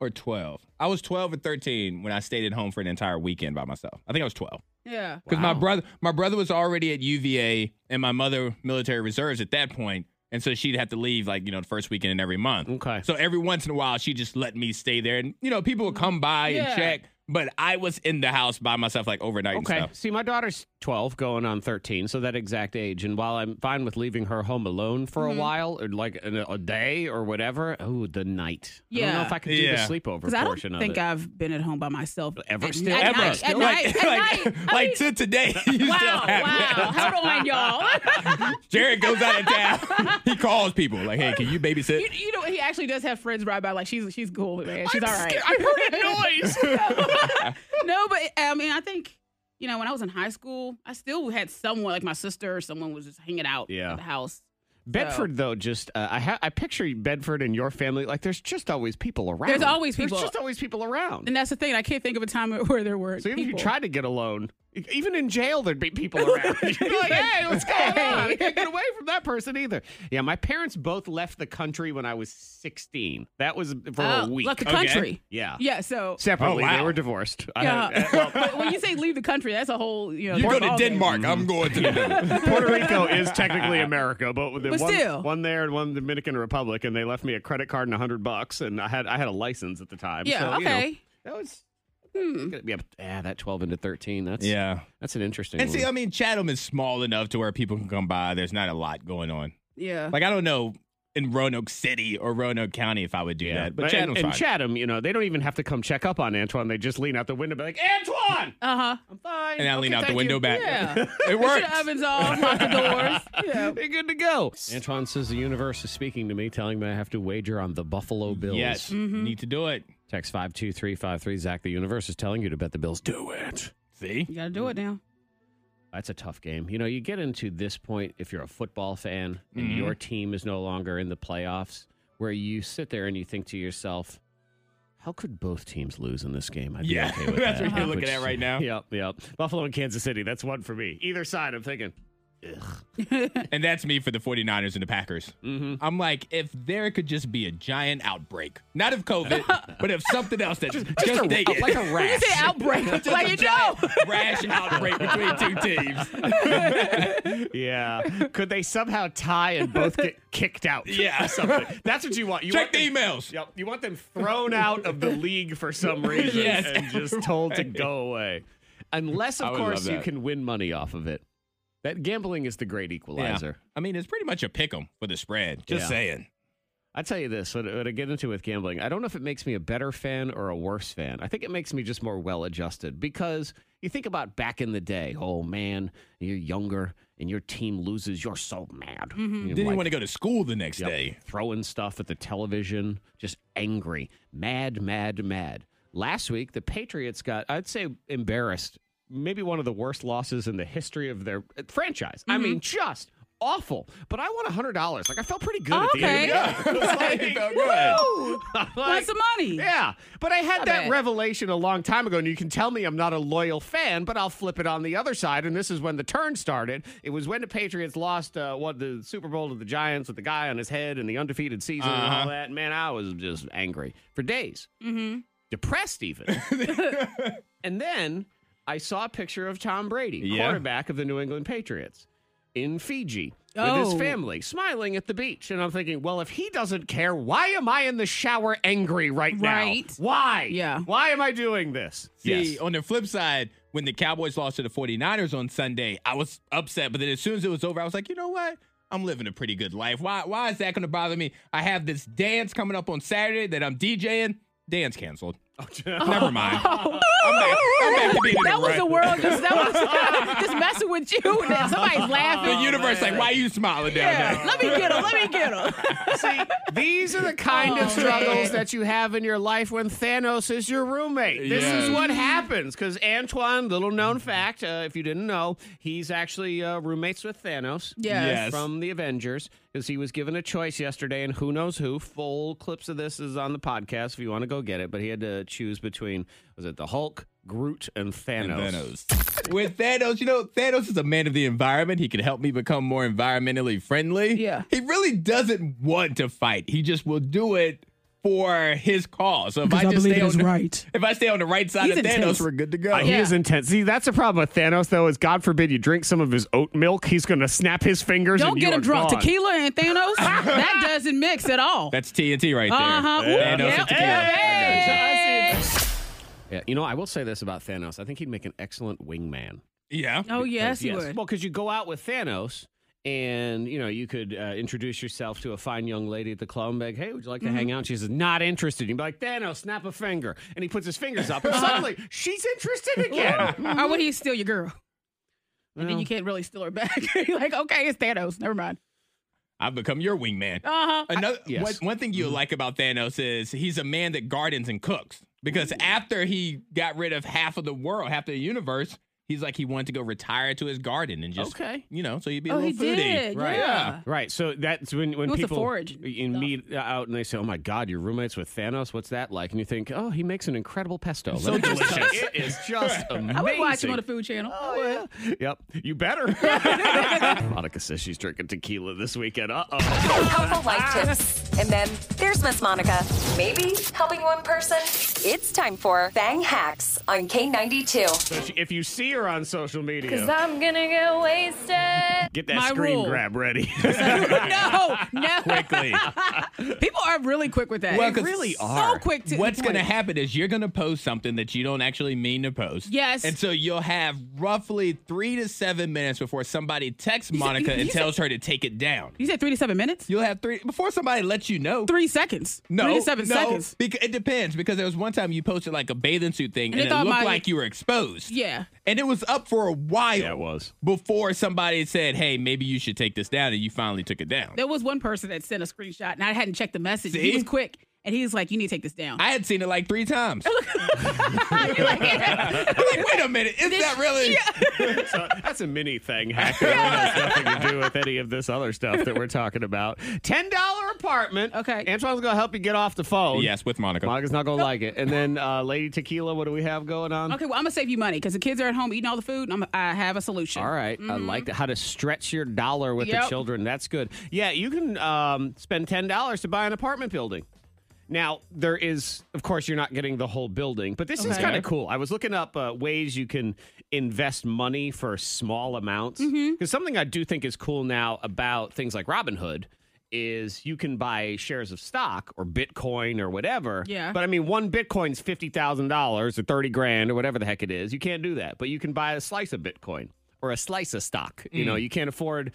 [SPEAKER 5] or 12. I was 12 or 13 when I stayed at home for an entire weekend by myself. I think I was 12
[SPEAKER 4] Yeah.
[SPEAKER 5] because my
[SPEAKER 2] Wow.
[SPEAKER 5] brother my brother was already at UVA and my mother military reserves at that point, and so she'd have to leave like you know the first weekend in every month.
[SPEAKER 2] Okay.
[SPEAKER 5] So every once in a while she just let me stay there, and you know people would come by
[SPEAKER 4] Yeah.
[SPEAKER 5] and check, but I was in the house by myself like overnight.
[SPEAKER 2] Okay.
[SPEAKER 5] And stuff.
[SPEAKER 2] See, my daughter's 12, going on 13, so that exact age. And while I'm fine with leaving her home alone for
[SPEAKER 4] Mm-hmm.
[SPEAKER 2] a while, or like a, a day or whatever, oh, the night. I don't know
[SPEAKER 4] Yeah.
[SPEAKER 2] if I can do
[SPEAKER 5] Yeah.
[SPEAKER 2] the sleepover
[SPEAKER 4] Because I don't
[SPEAKER 2] portion of
[SPEAKER 4] think
[SPEAKER 2] it.
[SPEAKER 4] I've been at home by myself
[SPEAKER 2] Ever
[SPEAKER 4] at
[SPEAKER 2] still?
[SPEAKER 4] night-
[SPEAKER 2] Ever
[SPEAKER 4] At
[SPEAKER 2] still?
[SPEAKER 4] night. At
[SPEAKER 5] like,
[SPEAKER 4] night.
[SPEAKER 5] like,
[SPEAKER 4] I mean-
[SPEAKER 5] to today. You still
[SPEAKER 4] Wow,
[SPEAKER 5] have it.
[SPEAKER 4] wow. Hold on, y'all.
[SPEAKER 5] Jared goes out of town. he calls people like, "Hey, can you babysit?"
[SPEAKER 4] You, you know, he actually does have friends ride by. Like she's she's cool, man. She's all right.
[SPEAKER 2] I heard a noise.
[SPEAKER 4] no, but I mean, I think you know when I was in high school, I still had someone like my sister or someone was just hanging out
[SPEAKER 2] Yeah.
[SPEAKER 4] at the house.
[SPEAKER 2] Bedford, though, just uh, I ha- I picture Bedford and your family like there's just always people around.
[SPEAKER 4] There's always people.
[SPEAKER 2] There's just always people around.
[SPEAKER 4] And that's the thing. I can't think of a time where there were
[SPEAKER 2] so even
[SPEAKER 4] people.
[SPEAKER 2] if you tried to get alone, e- even in jail, there'd be people around. You'd be like, hey, what's going on? I can't get away from that person either. Yeah, my parents both left the country when I was 16. That was for
[SPEAKER 4] Oh,
[SPEAKER 2] a week.
[SPEAKER 4] left the
[SPEAKER 5] Okay.
[SPEAKER 4] country.
[SPEAKER 2] Yeah.
[SPEAKER 4] Yeah. So.
[SPEAKER 2] Separately,
[SPEAKER 5] Oh, wow.
[SPEAKER 2] they were divorced. I
[SPEAKER 4] Yeah.
[SPEAKER 2] had- uh, well,
[SPEAKER 4] but when you say leave the country, that's a whole you know.
[SPEAKER 5] You go to
[SPEAKER 4] ballgame.
[SPEAKER 5] Denmark. I'm going to Denmark.
[SPEAKER 2] Puerto Rico is technically America, but, the
[SPEAKER 4] But
[SPEAKER 2] one,
[SPEAKER 4] still.
[SPEAKER 2] one there and one Dominican Republic, and they left me a credit card and a hundred bucks, and I had I had a license at the time.
[SPEAKER 4] Yeah.
[SPEAKER 2] so, you know,
[SPEAKER 4] okay. Hmm.
[SPEAKER 2] that was. Yeah, but, ah, that twelve into thirteen. That's
[SPEAKER 5] yeah.
[SPEAKER 2] that's an interesting.
[SPEAKER 5] And see,
[SPEAKER 2] one.
[SPEAKER 5] I mean, Chatham is small enough to where people can come by. There's not a lot going on.
[SPEAKER 4] Yeah.
[SPEAKER 5] Like I don't know in Roanoke City or Roanoke County if I would do that, but
[SPEAKER 2] and,
[SPEAKER 5] Chatham's
[SPEAKER 2] and
[SPEAKER 5] fine.
[SPEAKER 2] Chatham, you know, they don't even have to come check up on Antoine. They just lean out the window, and be like, Antoine,
[SPEAKER 4] Uh huh.
[SPEAKER 2] I'm fine.
[SPEAKER 5] and I lean
[SPEAKER 2] Okay,
[SPEAKER 5] out the
[SPEAKER 2] thank
[SPEAKER 5] window
[SPEAKER 2] you."
[SPEAKER 5] back.
[SPEAKER 4] Yeah.
[SPEAKER 5] it
[SPEAKER 4] Shut
[SPEAKER 5] works.
[SPEAKER 4] the ovens off. Lock the doors. Yeah.
[SPEAKER 2] You're good to go. Antoine says the universe is speaking to me, telling me I have to wager on the Buffalo Bills.
[SPEAKER 5] Yes, need to do it.
[SPEAKER 2] Text 52353. Zach, the universe is telling you to bet the Bills. Do it.
[SPEAKER 5] See,
[SPEAKER 4] You gotta do it now.
[SPEAKER 2] That's a tough game. You know, you get into this point if you're a football fan and
[SPEAKER 5] Mm-hmm.
[SPEAKER 2] your team is no longer in the playoffs, where you sit there and you think to yourself, how could both teams lose in this game? I'd
[SPEAKER 5] Yeah,
[SPEAKER 2] be okay with
[SPEAKER 5] that's
[SPEAKER 2] that.
[SPEAKER 5] what you're looking at right now.
[SPEAKER 2] Yep, yep. Buffalo and Kansas City, that's one for me. Either side, I'm thinking,
[SPEAKER 5] and that's me for the 49ers and the Packers.
[SPEAKER 2] Mm-hmm.
[SPEAKER 5] I'm like, if there could just be a giant outbreak, not of COVID, but of something else that just,
[SPEAKER 2] just a-
[SPEAKER 5] they get.
[SPEAKER 2] like a
[SPEAKER 4] You
[SPEAKER 2] rat.
[SPEAKER 4] say outbreak.
[SPEAKER 5] Just
[SPEAKER 4] like
[SPEAKER 5] a
[SPEAKER 4] you know.
[SPEAKER 5] giant rash outbreak between two teams.
[SPEAKER 2] yeah. Could they somehow tie and both get kicked out?
[SPEAKER 5] Yeah.
[SPEAKER 2] Or something. That's what you want. You want
[SPEAKER 5] Check the
[SPEAKER 2] them-
[SPEAKER 5] emails.
[SPEAKER 2] Yep. You want them thrown out of the league for some reason
[SPEAKER 5] Yes.
[SPEAKER 2] and just told to go away. Unless,
[SPEAKER 5] I
[SPEAKER 2] of
[SPEAKER 5] would
[SPEAKER 2] course,
[SPEAKER 5] love
[SPEAKER 2] you
[SPEAKER 5] that.
[SPEAKER 2] can win money off of it. That gambling is the great
[SPEAKER 5] Yeah.
[SPEAKER 2] equalizer.
[SPEAKER 5] I mean, it's pretty much a pick 'em for the spread. Just
[SPEAKER 2] Yeah.
[SPEAKER 5] saying.
[SPEAKER 2] I tell you this, what, what I get into with gambling, I don't know if it makes me a better fan or a worse fan. I think it makes me just more well adjusted because you think about back in the day, oh man, you're younger and your team loses, you're so mad. You
[SPEAKER 5] Didn't
[SPEAKER 2] like-
[SPEAKER 5] even want to go to school the next
[SPEAKER 2] Yep.
[SPEAKER 5] day.
[SPEAKER 2] Throwing stuff at the television, just angry, mad, mad, mad. Last week, the Patriots got, I'd say, embarrassed. Maybe one of the worst losses in the history of their franchise. I
[SPEAKER 5] Mm-hmm.
[SPEAKER 2] mean, just awful. But I won $100. Like, I felt pretty good at the end.
[SPEAKER 4] Okay.
[SPEAKER 2] of the
[SPEAKER 5] Yeah, it was like, it felt good.
[SPEAKER 2] like,
[SPEAKER 4] Want some money?
[SPEAKER 2] Yeah, but I had
[SPEAKER 4] Not
[SPEAKER 2] that
[SPEAKER 4] bad.
[SPEAKER 2] revelation a long time ago, and you can tell me I'm not a loyal fan, but I'll flip it on the other side. And this is when the turn started. It was when the Patriots lost uh, what the Super Bowl to the Giants with the guy on his head and the undefeated season and all that. Man, I was just angry for days, mm-hmm. depressed even. and then I saw a picture of Tom Brady,
[SPEAKER 5] Yeah.
[SPEAKER 2] quarterback of the New England Patriots, in Fiji. With his
[SPEAKER 4] Oh.
[SPEAKER 2] family, smiling at the beach. And I'm thinking, well, if he doesn't care, why am I in the shower angry right now.
[SPEAKER 4] Right.
[SPEAKER 2] Why?
[SPEAKER 4] Yeah.
[SPEAKER 2] Why am I doing this?
[SPEAKER 5] See, on the flip side, when the Cowboys lost to the 49ers on Sunday, I was upset. But then as soon as it was over, I was like, you know what? I'm living a pretty good life. Why why is that gonna bother me? I have this dance coming up on Saturday that I'm DJing. Dance canceled. Never mind. I'm back, I'm back to being in
[SPEAKER 4] Oh, That was
[SPEAKER 5] right.
[SPEAKER 4] the world just that was uh, just messing with you. And then somebody's laughing.
[SPEAKER 5] The universe, like, why are you smiling down
[SPEAKER 4] yeah.
[SPEAKER 5] there?
[SPEAKER 4] Let me get him. Let me get him.
[SPEAKER 2] See, these are the kind
[SPEAKER 4] Oh,
[SPEAKER 2] of struggles
[SPEAKER 4] man.
[SPEAKER 2] that you have in your life when Thanos is your roommate. This
[SPEAKER 5] Yes.
[SPEAKER 2] is what happens because Antoine, little known fact, uh, if you didn't know, he's actually uh, roommates with Thanos.
[SPEAKER 5] Yes.
[SPEAKER 2] From the Avengers, because he was given a choice yesterday, and who knows who. Full clips of this is on the podcast if you want to go get it. But he had to choose between was it the Hulk, Groot, and Thanos?
[SPEAKER 5] Thanos. With Thanos, you know, Thanos is a man of the environment. He can help me become more environmentally friendly.
[SPEAKER 4] Yeah.
[SPEAKER 5] He really doesn't want to fight. He just will do it for his cause. So if I, just stay on the,
[SPEAKER 4] right.
[SPEAKER 5] if I stay on the right side
[SPEAKER 4] He's
[SPEAKER 5] of
[SPEAKER 4] intense.
[SPEAKER 5] Thanos, we're good to go.
[SPEAKER 2] Uh, He
[SPEAKER 4] Yeah.
[SPEAKER 2] is intense. See, that's the problem with Thanos, though, is God forbid you drink some of his oat milk, he's going to snap his fingers.
[SPEAKER 4] Don't
[SPEAKER 2] and
[SPEAKER 4] get
[SPEAKER 2] you
[SPEAKER 4] him
[SPEAKER 2] are
[SPEAKER 4] drunk.
[SPEAKER 2] gone.
[SPEAKER 4] Tequila and Thanos, that doesn't mix at all.
[SPEAKER 5] That's TNT right there.
[SPEAKER 4] Uh-huh. Ooh,
[SPEAKER 5] Thanos
[SPEAKER 4] yeah.
[SPEAKER 5] and tequila.
[SPEAKER 4] Hey.
[SPEAKER 5] Okay.
[SPEAKER 2] Yeah, you know, I will say this about Thanos. I think he'd make an excellent wingman.
[SPEAKER 5] Yeah.
[SPEAKER 4] Oh yes,
[SPEAKER 2] Because,
[SPEAKER 4] he would.
[SPEAKER 2] Well, because you go out with Thanos. And you know you could uh, introduce yourself to a fine young lady at the club and be like, "Hey, would you like to
[SPEAKER 4] Mm-hmm.
[SPEAKER 2] hang out?" And she says, "Not interested." You'd be like, "Thanos, snap a finger," and he puts his fingers up, and suddenly she's interested again.
[SPEAKER 4] Or would he steal your girl? And then
[SPEAKER 2] Well.
[SPEAKER 4] you can't really steal her back. You're like, okay, it's Thanos. Never mind.
[SPEAKER 5] I've become your wingman.
[SPEAKER 4] Uh huh.
[SPEAKER 5] Another
[SPEAKER 2] yes.
[SPEAKER 5] one, one thing you
[SPEAKER 4] Mm-hmm.
[SPEAKER 5] like about Thanos is he's a man that gardens and cooks. Because after he got rid of half of the world, half the universe, he's like he wanted to go retire to his garden and just
[SPEAKER 4] Okay.
[SPEAKER 5] you know, so he'd be a
[SPEAKER 4] Oh,
[SPEAKER 5] little
[SPEAKER 4] he
[SPEAKER 5] foodie.
[SPEAKER 4] did.
[SPEAKER 2] Right.
[SPEAKER 4] Yeah.
[SPEAKER 2] Right. So that's when when
[SPEAKER 4] He wants to
[SPEAKER 2] people
[SPEAKER 4] forage and
[SPEAKER 2] in
[SPEAKER 4] stuff.
[SPEAKER 2] meet out and they say, "Oh my God, your roommates with Thanos. What's that like?" And you think, "Oh, he makes an incredible pesto.
[SPEAKER 5] So
[SPEAKER 2] Let me just-
[SPEAKER 5] delicious.
[SPEAKER 2] it is just amazing."
[SPEAKER 4] I would watch him on the Food Channel.
[SPEAKER 2] Oh, yeah. Yep. You better. Monica says she's drinking tequila this weekend. Uh oh.
[SPEAKER 6] Helpful life
[SPEAKER 4] Ah.
[SPEAKER 6] tips. And then there's Miss Monica. Maybe helping one person. It's time for Bang Hacks on K92.
[SPEAKER 2] So she, if you see her on social
[SPEAKER 3] Cause
[SPEAKER 2] media,
[SPEAKER 3] I'm gonna get wasted.
[SPEAKER 2] get that
[SPEAKER 4] My
[SPEAKER 2] screen
[SPEAKER 4] rule.
[SPEAKER 2] grab ready.
[SPEAKER 4] no, no.
[SPEAKER 5] Quickly.
[SPEAKER 4] People are really quick with that.
[SPEAKER 5] Well,
[SPEAKER 4] They
[SPEAKER 5] 'cause
[SPEAKER 4] really so
[SPEAKER 5] are.
[SPEAKER 4] quick to.
[SPEAKER 5] What's
[SPEAKER 4] the point.
[SPEAKER 5] going to happen is you're going to post something that you don't actually mean to post.
[SPEAKER 4] Yes.
[SPEAKER 5] And so you'll have roughly three to seven minutes before somebody texts Monica
[SPEAKER 4] you
[SPEAKER 5] and
[SPEAKER 4] said-
[SPEAKER 5] tells her to take it down.
[SPEAKER 4] You said three to seven minutes.
[SPEAKER 5] You'll have three before somebody lets you know.
[SPEAKER 4] Three seconds.
[SPEAKER 5] No,
[SPEAKER 4] Three to seven
[SPEAKER 5] no,
[SPEAKER 4] seconds.
[SPEAKER 5] Beca- it depends because there was one time you posted like a bathing suit thing
[SPEAKER 4] And
[SPEAKER 5] and,
[SPEAKER 4] they
[SPEAKER 5] it
[SPEAKER 4] thought
[SPEAKER 5] looked
[SPEAKER 4] my-
[SPEAKER 5] like you were exposed.
[SPEAKER 4] Yeah.
[SPEAKER 5] And it was up for a while.
[SPEAKER 2] Yeah, it was.
[SPEAKER 5] Before somebody said, hey, maybe you should take this down. And you finally took it down.
[SPEAKER 4] There was one person that sent a screenshot, and I hadn't checked the message.
[SPEAKER 5] See?
[SPEAKER 4] He was quick, and he was like, "You need to take this down."
[SPEAKER 5] I had seen it like three times.
[SPEAKER 4] You're like, yeah.
[SPEAKER 5] I'm like, wait a minute. Is that really?
[SPEAKER 2] So that's a mini thing hack. It really has nothing to do with any of this other stuff that we're talking about. Ten dollar apartment.
[SPEAKER 4] Okay.
[SPEAKER 2] Antoine's gonna help you get off the phone.
[SPEAKER 5] Yes, with Monica.
[SPEAKER 2] Monica's not gonna like it. And then uh, Lady Tequila, what do we have going on?
[SPEAKER 4] Okay, well, I'm gonna save you money because the kids are at home eating all the food, and I'm, I have a solution.
[SPEAKER 2] All right. I like that. How to stretch your dollar with the
[SPEAKER 4] Mm-hmm. Yep.
[SPEAKER 2] children. That's good. Yeah, you can um, spend ten dollars to buy an apartment building. Now there is, of course, you're not getting the whole building, but this is
[SPEAKER 4] Okay.
[SPEAKER 2] kind of cool. I was looking up uh, ways you can invest money for small amounts because
[SPEAKER 4] Mm-hmm.
[SPEAKER 2] something I do think is cool now about things like Robinhood is you can buy shares of stock or Bitcoin or whatever.
[SPEAKER 4] Yeah.
[SPEAKER 2] But but I mean, one Bitcoin's fifty thousand dollars or thirty grand or whatever the heck it is. You can't do that, but you can buy a slice of Bitcoin or a slice of stock. You know, you can't afford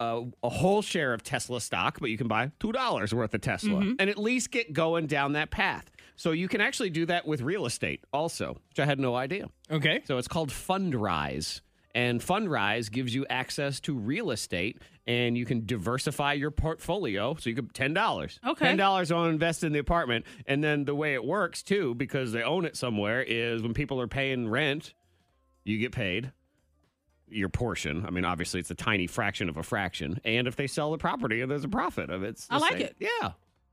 [SPEAKER 2] uh, a whole share of Tesla stock, but you can buy $2 worth of Tesla and at least get going down that path. So you can actually do that with real estate also, which I had no idea.
[SPEAKER 5] Okay.
[SPEAKER 2] So it's called Fundrise. And Fundrise gives you access to real estate and you can diversify your portfolio. So you could $10.
[SPEAKER 4] Okay.
[SPEAKER 2] $10 on invest in the apartment. And then the way it works too, because they own it somewhere, is when people are paying rent, you get paid your portion. I mean, obviously it's a tiny fraction of a fraction. And if they sell the property and there's a profit of it. it's the
[SPEAKER 4] I like
[SPEAKER 2] same.
[SPEAKER 4] it.
[SPEAKER 2] Yeah.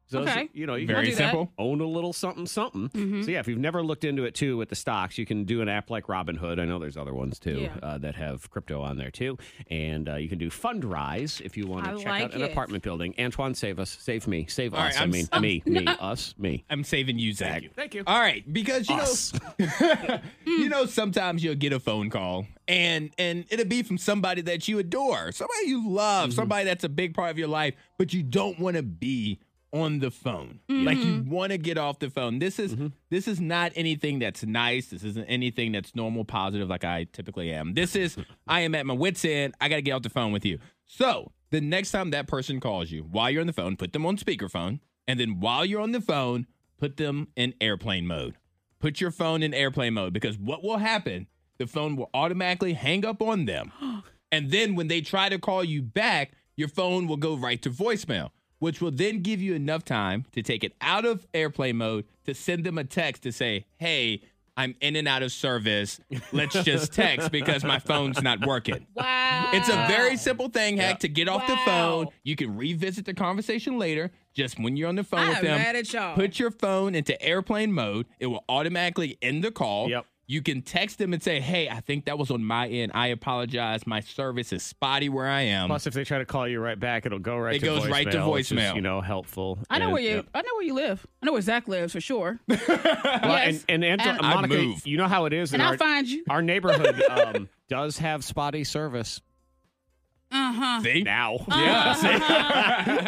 [SPEAKER 2] So, it's-
[SPEAKER 4] Okay.
[SPEAKER 2] you know, you can
[SPEAKER 5] Very
[SPEAKER 4] do that.
[SPEAKER 5] simple.
[SPEAKER 2] own a little something something.
[SPEAKER 4] Mm-hmm.
[SPEAKER 2] So yeah, if you've never looked into it too with the stocks, you can do an app like Robinhood. I know there's other ones too
[SPEAKER 4] Yeah.
[SPEAKER 2] uh, that have crypto on there too, and uh, you can do Fundrise if you want
[SPEAKER 4] I
[SPEAKER 2] to check out
[SPEAKER 4] like
[SPEAKER 2] an
[SPEAKER 4] it.
[SPEAKER 2] apartment building. Antoine, save us, save me, save
[SPEAKER 5] All right,
[SPEAKER 2] us. I
[SPEAKER 5] I'm
[SPEAKER 2] mean,
[SPEAKER 5] s- I'm-
[SPEAKER 2] me, me, us, me.
[SPEAKER 5] I'm saving you, Zach.
[SPEAKER 2] Thank you.
[SPEAKER 5] All right, because you
[SPEAKER 2] Us.
[SPEAKER 5] know, you know, sometimes you'll get a phone call, and and it'll be from somebody that you adore, somebody you love, somebody that's a big part of your life, but you don't want to be on the phone. Like you want to get off the phone. This is this is not anything that's nice. This isn't anything that's normal, positive, like I typically am. This is I am at my wits end. I got to get off the phone with you. So the next time that person calls you while you're on the phone, put them on speakerphone, and then while you're on the phone put them in airplane mode. Put your phone in airplane mode because what will happen, the phone will automatically hang up on them. And then when they try to call you back, your phone will go right to voicemail, which will then give you enough time to take it out of airplane mode to send them a text to say, hey, I'm in and out of service. Let's just text because my phone's not working.
[SPEAKER 4] Wow.
[SPEAKER 5] It's a very simple thing, Hack, to get off the
[SPEAKER 4] Wow.
[SPEAKER 5] phone. You can revisit the conversation later. Just when you're on the phone
[SPEAKER 4] I
[SPEAKER 5] with
[SPEAKER 4] am
[SPEAKER 5] them,
[SPEAKER 4] mad at
[SPEAKER 2] Oh.
[SPEAKER 4] y'all.
[SPEAKER 5] put your phone into airplane mode. It will automatically end the call.
[SPEAKER 2] Yep.
[SPEAKER 5] You can text them and say, "Hey, I think that was on my end. I apologize. My service is spotty where I am."
[SPEAKER 2] Plus, if they try to call you right back, it'll go right.
[SPEAKER 5] It
[SPEAKER 2] to
[SPEAKER 5] goes
[SPEAKER 2] voicemail,
[SPEAKER 5] right to
[SPEAKER 2] which is,
[SPEAKER 5] voicemail.
[SPEAKER 2] you know, helpful.
[SPEAKER 4] I know
[SPEAKER 2] And-
[SPEAKER 4] where you.
[SPEAKER 2] yeah.
[SPEAKER 4] I know where you live. I know where Zach lives for sure.
[SPEAKER 2] Well,
[SPEAKER 4] Yes.
[SPEAKER 2] and, and, Anto-
[SPEAKER 4] And-
[SPEAKER 5] I
[SPEAKER 2] Monica,
[SPEAKER 5] moved.
[SPEAKER 2] you know how it is. in
[SPEAKER 4] and I'll
[SPEAKER 2] our-
[SPEAKER 4] find you.
[SPEAKER 2] Our neighborhood um, does have spotty service
[SPEAKER 4] Uh huh.
[SPEAKER 5] See?
[SPEAKER 2] now.
[SPEAKER 5] Yeah. see?
[SPEAKER 2] oh yeah,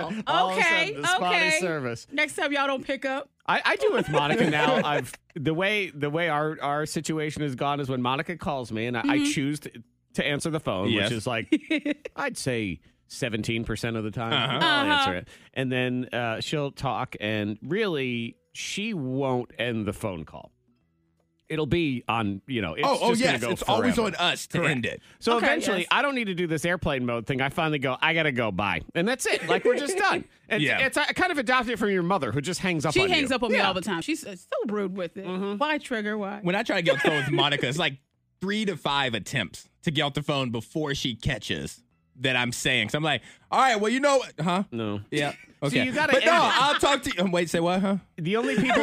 [SPEAKER 4] Wow.
[SPEAKER 2] man. All of a
[SPEAKER 4] Okay,
[SPEAKER 2] sudden, the spotty
[SPEAKER 4] okay.
[SPEAKER 2] service.
[SPEAKER 4] Next time y'all don't pick up.
[SPEAKER 2] I, I do with Monica now. I've the way the way our our situation has gone is when Monica calls me and I, I choose to, to answer the phone,
[SPEAKER 5] Mm-hmm. Yes.
[SPEAKER 2] which is like I'd say. 17% of the time
[SPEAKER 5] Uh-huh.
[SPEAKER 2] I'll answer it. And then uh, she'll talk, and really, she won't end the phone call. It'll be on, you know, it's
[SPEAKER 5] Oh, oh
[SPEAKER 2] just gonna
[SPEAKER 5] yes,
[SPEAKER 2] go
[SPEAKER 5] it's always
[SPEAKER 2] forever.
[SPEAKER 5] on us to end it.
[SPEAKER 2] So
[SPEAKER 4] Okay,
[SPEAKER 2] eventually,
[SPEAKER 4] yes.
[SPEAKER 2] I don't need to do this airplane mode thing. I finally go, I gotta go, bye, and that's it. Like we're just done. It's,
[SPEAKER 5] Yeah.
[SPEAKER 2] it's I kind of adopted it from your mother, who just hangs up.
[SPEAKER 4] She
[SPEAKER 2] on
[SPEAKER 4] hangs
[SPEAKER 2] you.
[SPEAKER 4] up on me
[SPEAKER 2] Yeah. Mm-hmm.
[SPEAKER 4] all the time. She's uh, so rude with it. Why trigger? Why?
[SPEAKER 5] When I try to get off the phone with Monica, it's like three to five attempts to get off the phone before she catches that I'm saying. So I'm like, "All right, well, you know what? Huh?
[SPEAKER 2] No,
[SPEAKER 5] Yeah. Okay.
[SPEAKER 2] you gotta
[SPEAKER 5] But no,
[SPEAKER 2] end it.
[SPEAKER 5] I'll talk to you. um, Wait, say what? Huh?
[SPEAKER 2] the only people,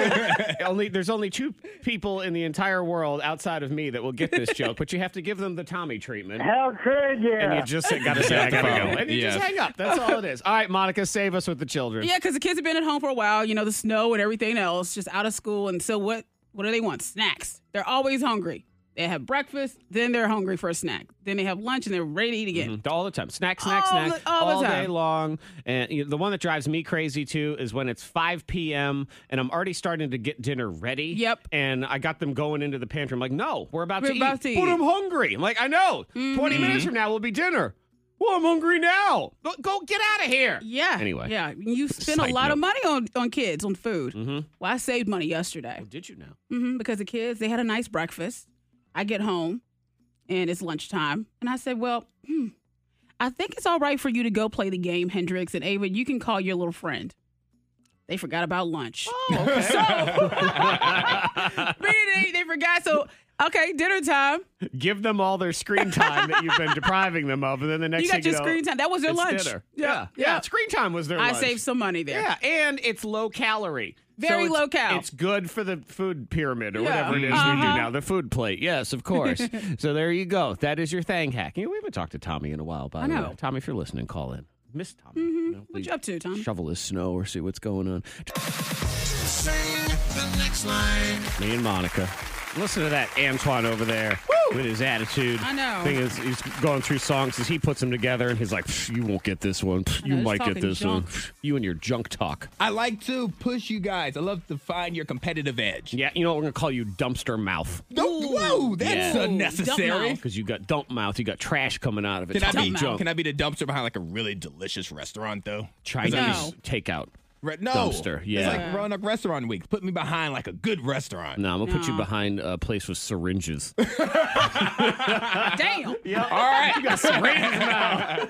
[SPEAKER 2] only there's only two people in the entire world outside of me that will get this joke, but you have to give them the Tommy treatment.
[SPEAKER 7] How could you?
[SPEAKER 2] And you just say- gotta say,
[SPEAKER 5] Yeah,
[SPEAKER 2] I gotta
[SPEAKER 5] the
[SPEAKER 2] go.
[SPEAKER 5] phone.
[SPEAKER 2] And you just
[SPEAKER 5] Yes.
[SPEAKER 2] hang up. That's all it is. All right, Monica, save us with the children.
[SPEAKER 4] Yeah, because the kids have been at home for a while. You know, the snow and everything else, just out of school. And so what? What do they want? Snacks. They're always hungry. They have breakfast, then they're hungry for a snack. Then they have lunch, and they're ready to eat again.
[SPEAKER 2] All the time. Snack, snack,
[SPEAKER 4] All
[SPEAKER 2] snack.
[SPEAKER 4] the- all the
[SPEAKER 2] day
[SPEAKER 4] time.
[SPEAKER 2] long. And you know, the one that drives me crazy too is when it's 5 p.m. and I'm already starting to get dinner ready.
[SPEAKER 4] Yep.
[SPEAKER 2] And I got them going into the pantry. I'm like, no, we're about,
[SPEAKER 4] We're
[SPEAKER 2] to,
[SPEAKER 4] about
[SPEAKER 2] eat.
[SPEAKER 4] to eat. Mm-hmm.
[SPEAKER 2] But I'm hungry. I'm like, I know. 20 minutes from now will be dinner. Well, I'm hungry now. Go- Go get out of here.
[SPEAKER 4] Yeah.
[SPEAKER 2] Anyway.
[SPEAKER 4] Yeah, you spend
[SPEAKER 2] Side
[SPEAKER 4] a lot of
[SPEAKER 2] note. Mm-hmm.
[SPEAKER 4] money on on kids on food. Well, I saved money yesterday.
[SPEAKER 2] Did you know?
[SPEAKER 4] hmm because the kids they had a nice breakfast. I get home, and it's lunchtime, and I said, "Well, hmm, I think it's all right for you to go play the game, Hendrix and Ava. You can call your little friend." They forgot about lunch. Oh, so really, they, they forgot. So okay, dinner time.
[SPEAKER 2] Give them all their screen time that you've been depriving them of. And then the next
[SPEAKER 4] you got
[SPEAKER 2] thing
[SPEAKER 4] your
[SPEAKER 2] you know,
[SPEAKER 4] screen time. That was their
[SPEAKER 2] it's
[SPEAKER 4] lunch.
[SPEAKER 2] dinner. Yeah. yeah. Screen time was their
[SPEAKER 4] I
[SPEAKER 2] lunch.
[SPEAKER 4] saved some money there.
[SPEAKER 2] Yeah, and it's low calorie.
[SPEAKER 4] Very
[SPEAKER 2] it's-
[SPEAKER 4] low cal.
[SPEAKER 2] It's good for the food pyramid or
[SPEAKER 4] Yeah. Uh-huh.
[SPEAKER 2] whatever it is we do now. The food plate. Yes, of course. so there you go. That is your thing hack. You know, we haven't talked to Tommy in a while, by
[SPEAKER 4] I
[SPEAKER 2] the
[SPEAKER 4] know. Mm-hmm.
[SPEAKER 2] way. Tommy, if you're listening, call in. Miss Tommy. You know,
[SPEAKER 4] What you up to, Tom?
[SPEAKER 2] Shovel his snow or see what's going on.
[SPEAKER 1] sing the next line.
[SPEAKER 2] Me and Monica. Listen to that Antoine over there with his attitude.
[SPEAKER 4] I know.
[SPEAKER 2] Thing is, he's going through songs as he puts them together, and he's like, "Pff, "You won't get this one. Pff,
[SPEAKER 4] I
[SPEAKER 2] You
[SPEAKER 4] know, he's
[SPEAKER 2] might get
[SPEAKER 4] talking
[SPEAKER 2] this one.
[SPEAKER 4] junk.
[SPEAKER 2] Pff, You and your junk talk."
[SPEAKER 5] I like to push you guys. I love to find your competitive edge.
[SPEAKER 2] Yeah, you know what? We're gonna call you dumpster mouth
[SPEAKER 5] Don't, whoa, that's
[SPEAKER 2] Yeah. Ooh,
[SPEAKER 4] dumb
[SPEAKER 5] unnecessary.
[SPEAKER 4] mouth.
[SPEAKER 2] because you got dump mouth. You got trash coming out of it.
[SPEAKER 5] Can I,
[SPEAKER 2] Talking
[SPEAKER 5] be,
[SPEAKER 2] junk?
[SPEAKER 5] can I be the dumpster behind like a really delicious restaurant though? 'Cause
[SPEAKER 2] Chinese
[SPEAKER 5] I mean,
[SPEAKER 4] No.
[SPEAKER 2] takeout.
[SPEAKER 5] re- no.
[SPEAKER 2] Dumpster, yeah.
[SPEAKER 5] It's like Roanoke Restaurant Week. Put me behind like a good restaurant.
[SPEAKER 2] No, I'm gonna put you behind a place with syringes.
[SPEAKER 4] Damn.
[SPEAKER 2] All right, you got syringes now.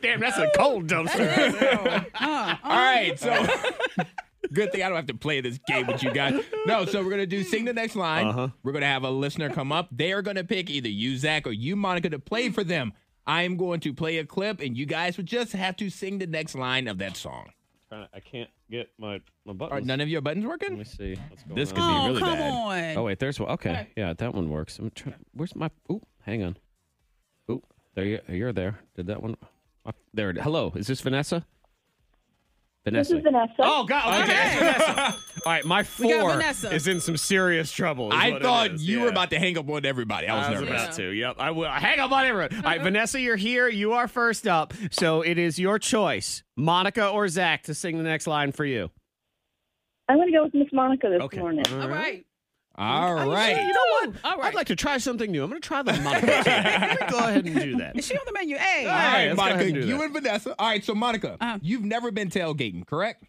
[SPEAKER 2] Damn, that's a cold dumpster.
[SPEAKER 5] All right, so good thing I don't have to play this game with you guys. No, so we're gonna do sing the next line.
[SPEAKER 2] Uh-huh.
[SPEAKER 5] We're gonna have a listener come up. They are gonna pick either you, Zach, or you, Monica, to play for them. I am going to play a clip, and you guys would just have to sing the next line of that song.
[SPEAKER 2] I can't get my my
[SPEAKER 5] Are
[SPEAKER 2] buttons.
[SPEAKER 5] none of your buttons working?
[SPEAKER 2] Let me see. What's going
[SPEAKER 5] This
[SPEAKER 2] on?
[SPEAKER 5] could
[SPEAKER 4] Oh,
[SPEAKER 5] be really
[SPEAKER 4] come
[SPEAKER 5] bad.
[SPEAKER 4] on.
[SPEAKER 2] Oh wait, there's one. Okay, yeah, that one works. I'm trying. Where's my? Ooh, hang on. Ooh, there you, you're there. Did that one? oh, There. It, hello, is this Vanessa? Vanessa. This is Vanessa. Oh God. Okay. that's Vanessa. All right, my
[SPEAKER 4] We got
[SPEAKER 2] four
[SPEAKER 4] Vanessa.
[SPEAKER 2] is in some serious trouble. is
[SPEAKER 5] I
[SPEAKER 2] what it
[SPEAKER 5] thought
[SPEAKER 2] is,
[SPEAKER 5] you
[SPEAKER 2] yeah.
[SPEAKER 5] were about to hang up on everybody. I was,
[SPEAKER 2] I was
[SPEAKER 5] nervous.
[SPEAKER 2] about to. Yep. I will. Hang up on everyone. All right,
[SPEAKER 4] Uh-huh.
[SPEAKER 2] Vanessa, you're here. You are first up. So it is your choice, Monica or Zach, to sing the next line for you.
[SPEAKER 7] I'm going to go with Miss Monica this
[SPEAKER 2] Okay.
[SPEAKER 7] morning.
[SPEAKER 4] All right.
[SPEAKER 5] All
[SPEAKER 2] You
[SPEAKER 5] right.
[SPEAKER 2] know what?
[SPEAKER 4] All right.
[SPEAKER 2] I'd like to try something new. I'm going to try the Monica. too. Let me go ahead and do that.
[SPEAKER 4] Is she on the menu? Hey.
[SPEAKER 5] All
[SPEAKER 2] All right, let's
[SPEAKER 5] right,
[SPEAKER 2] go ahead
[SPEAKER 5] Monica,
[SPEAKER 2] and do
[SPEAKER 5] you
[SPEAKER 2] that. Uh.
[SPEAKER 5] and Vanessa. All right, so Monica,
[SPEAKER 4] Uh-huh.
[SPEAKER 5] you've never been tailgating, correct?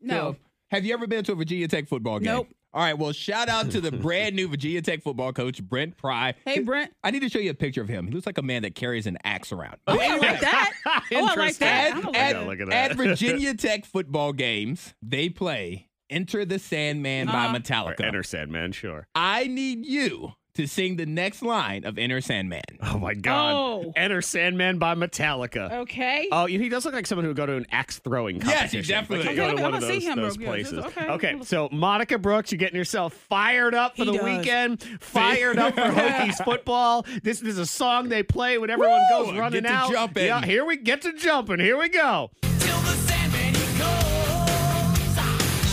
[SPEAKER 4] No.
[SPEAKER 5] Have you ever been to a Virginia Tech football game?
[SPEAKER 4] Nope.
[SPEAKER 5] All right, well, shout out to the brand new Virginia Tech football coach, Brent Pry.
[SPEAKER 4] Hey, Brent.
[SPEAKER 5] I need to show you a picture of him. He looks like a man that carries an axe around.
[SPEAKER 4] Oh, I like that. Oh, I like
[SPEAKER 2] Interesting.
[SPEAKER 4] that.
[SPEAKER 5] At,
[SPEAKER 4] I'm a-
[SPEAKER 5] at-
[SPEAKER 2] Yeah, look at that.
[SPEAKER 5] at Virginia Tech football games, they play Enter the Sandman
[SPEAKER 2] Uh-huh.
[SPEAKER 5] by Metallica.
[SPEAKER 2] Enter Sandman, sure.
[SPEAKER 5] I need you to sing the next line of Enter Sandman.
[SPEAKER 2] Oh my God.
[SPEAKER 4] Oh.
[SPEAKER 2] Enter Sandman by Metallica.
[SPEAKER 4] Okay.
[SPEAKER 2] Oh, he does look like someone who would go to an axe throwing
[SPEAKER 5] Yes,
[SPEAKER 2] competition.
[SPEAKER 5] he definitely-
[SPEAKER 2] Like, you go
[SPEAKER 4] Okay,
[SPEAKER 2] to
[SPEAKER 4] I'm
[SPEAKER 2] one of
[SPEAKER 4] gonna
[SPEAKER 2] those,
[SPEAKER 4] see him
[SPEAKER 2] those
[SPEAKER 4] real good.
[SPEAKER 2] places.
[SPEAKER 4] Okay.
[SPEAKER 2] Okay, so Monica Brooks, you're getting yourself fired up for
[SPEAKER 4] He
[SPEAKER 2] the
[SPEAKER 4] does.
[SPEAKER 2] weekend, fired up for Hokies football. This, this is a song they play when everyone
[SPEAKER 5] Woo!
[SPEAKER 2] goes running
[SPEAKER 5] Get to
[SPEAKER 2] out.
[SPEAKER 5] jumping.
[SPEAKER 2] Yeah, here we get to jumping. Here we go.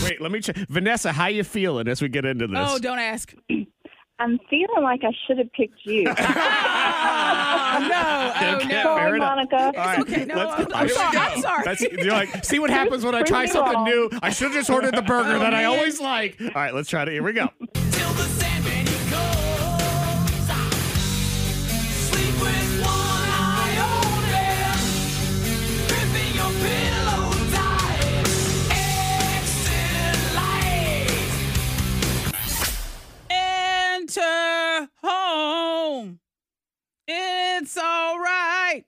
[SPEAKER 2] Wait, let me check. Vanessa, how you feeling as we get into this?
[SPEAKER 4] Oh, don't ask.
[SPEAKER 7] I'm feeling like I should have picked you.
[SPEAKER 4] no. Oh,
[SPEAKER 2] Okay, fair
[SPEAKER 4] no.
[SPEAKER 7] Sorry,
[SPEAKER 2] enough. Uh,
[SPEAKER 7] Monica.
[SPEAKER 2] All right,
[SPEAKER 4] Okay, no,
[SPEAKER 2] let's-
[SPEAKER 4] I'm, I'm
[SPEAKER 2] I-
[SPEAKER 4] sorry. I'm sorry.
[SPEAKER 2] That's you're like, see what happens when I try
[SPEAKER 7] Bring it
[SPEAKER 2] something
[SPEAKER 7] on.
[SPEAKER 2] new. I should just order the burger that
[SPEAKER 4] Oh,
[SPEAKER 2] I always like. All right, let's try it. Here we go.
[SPEAKER 4] Enter home. It's all right.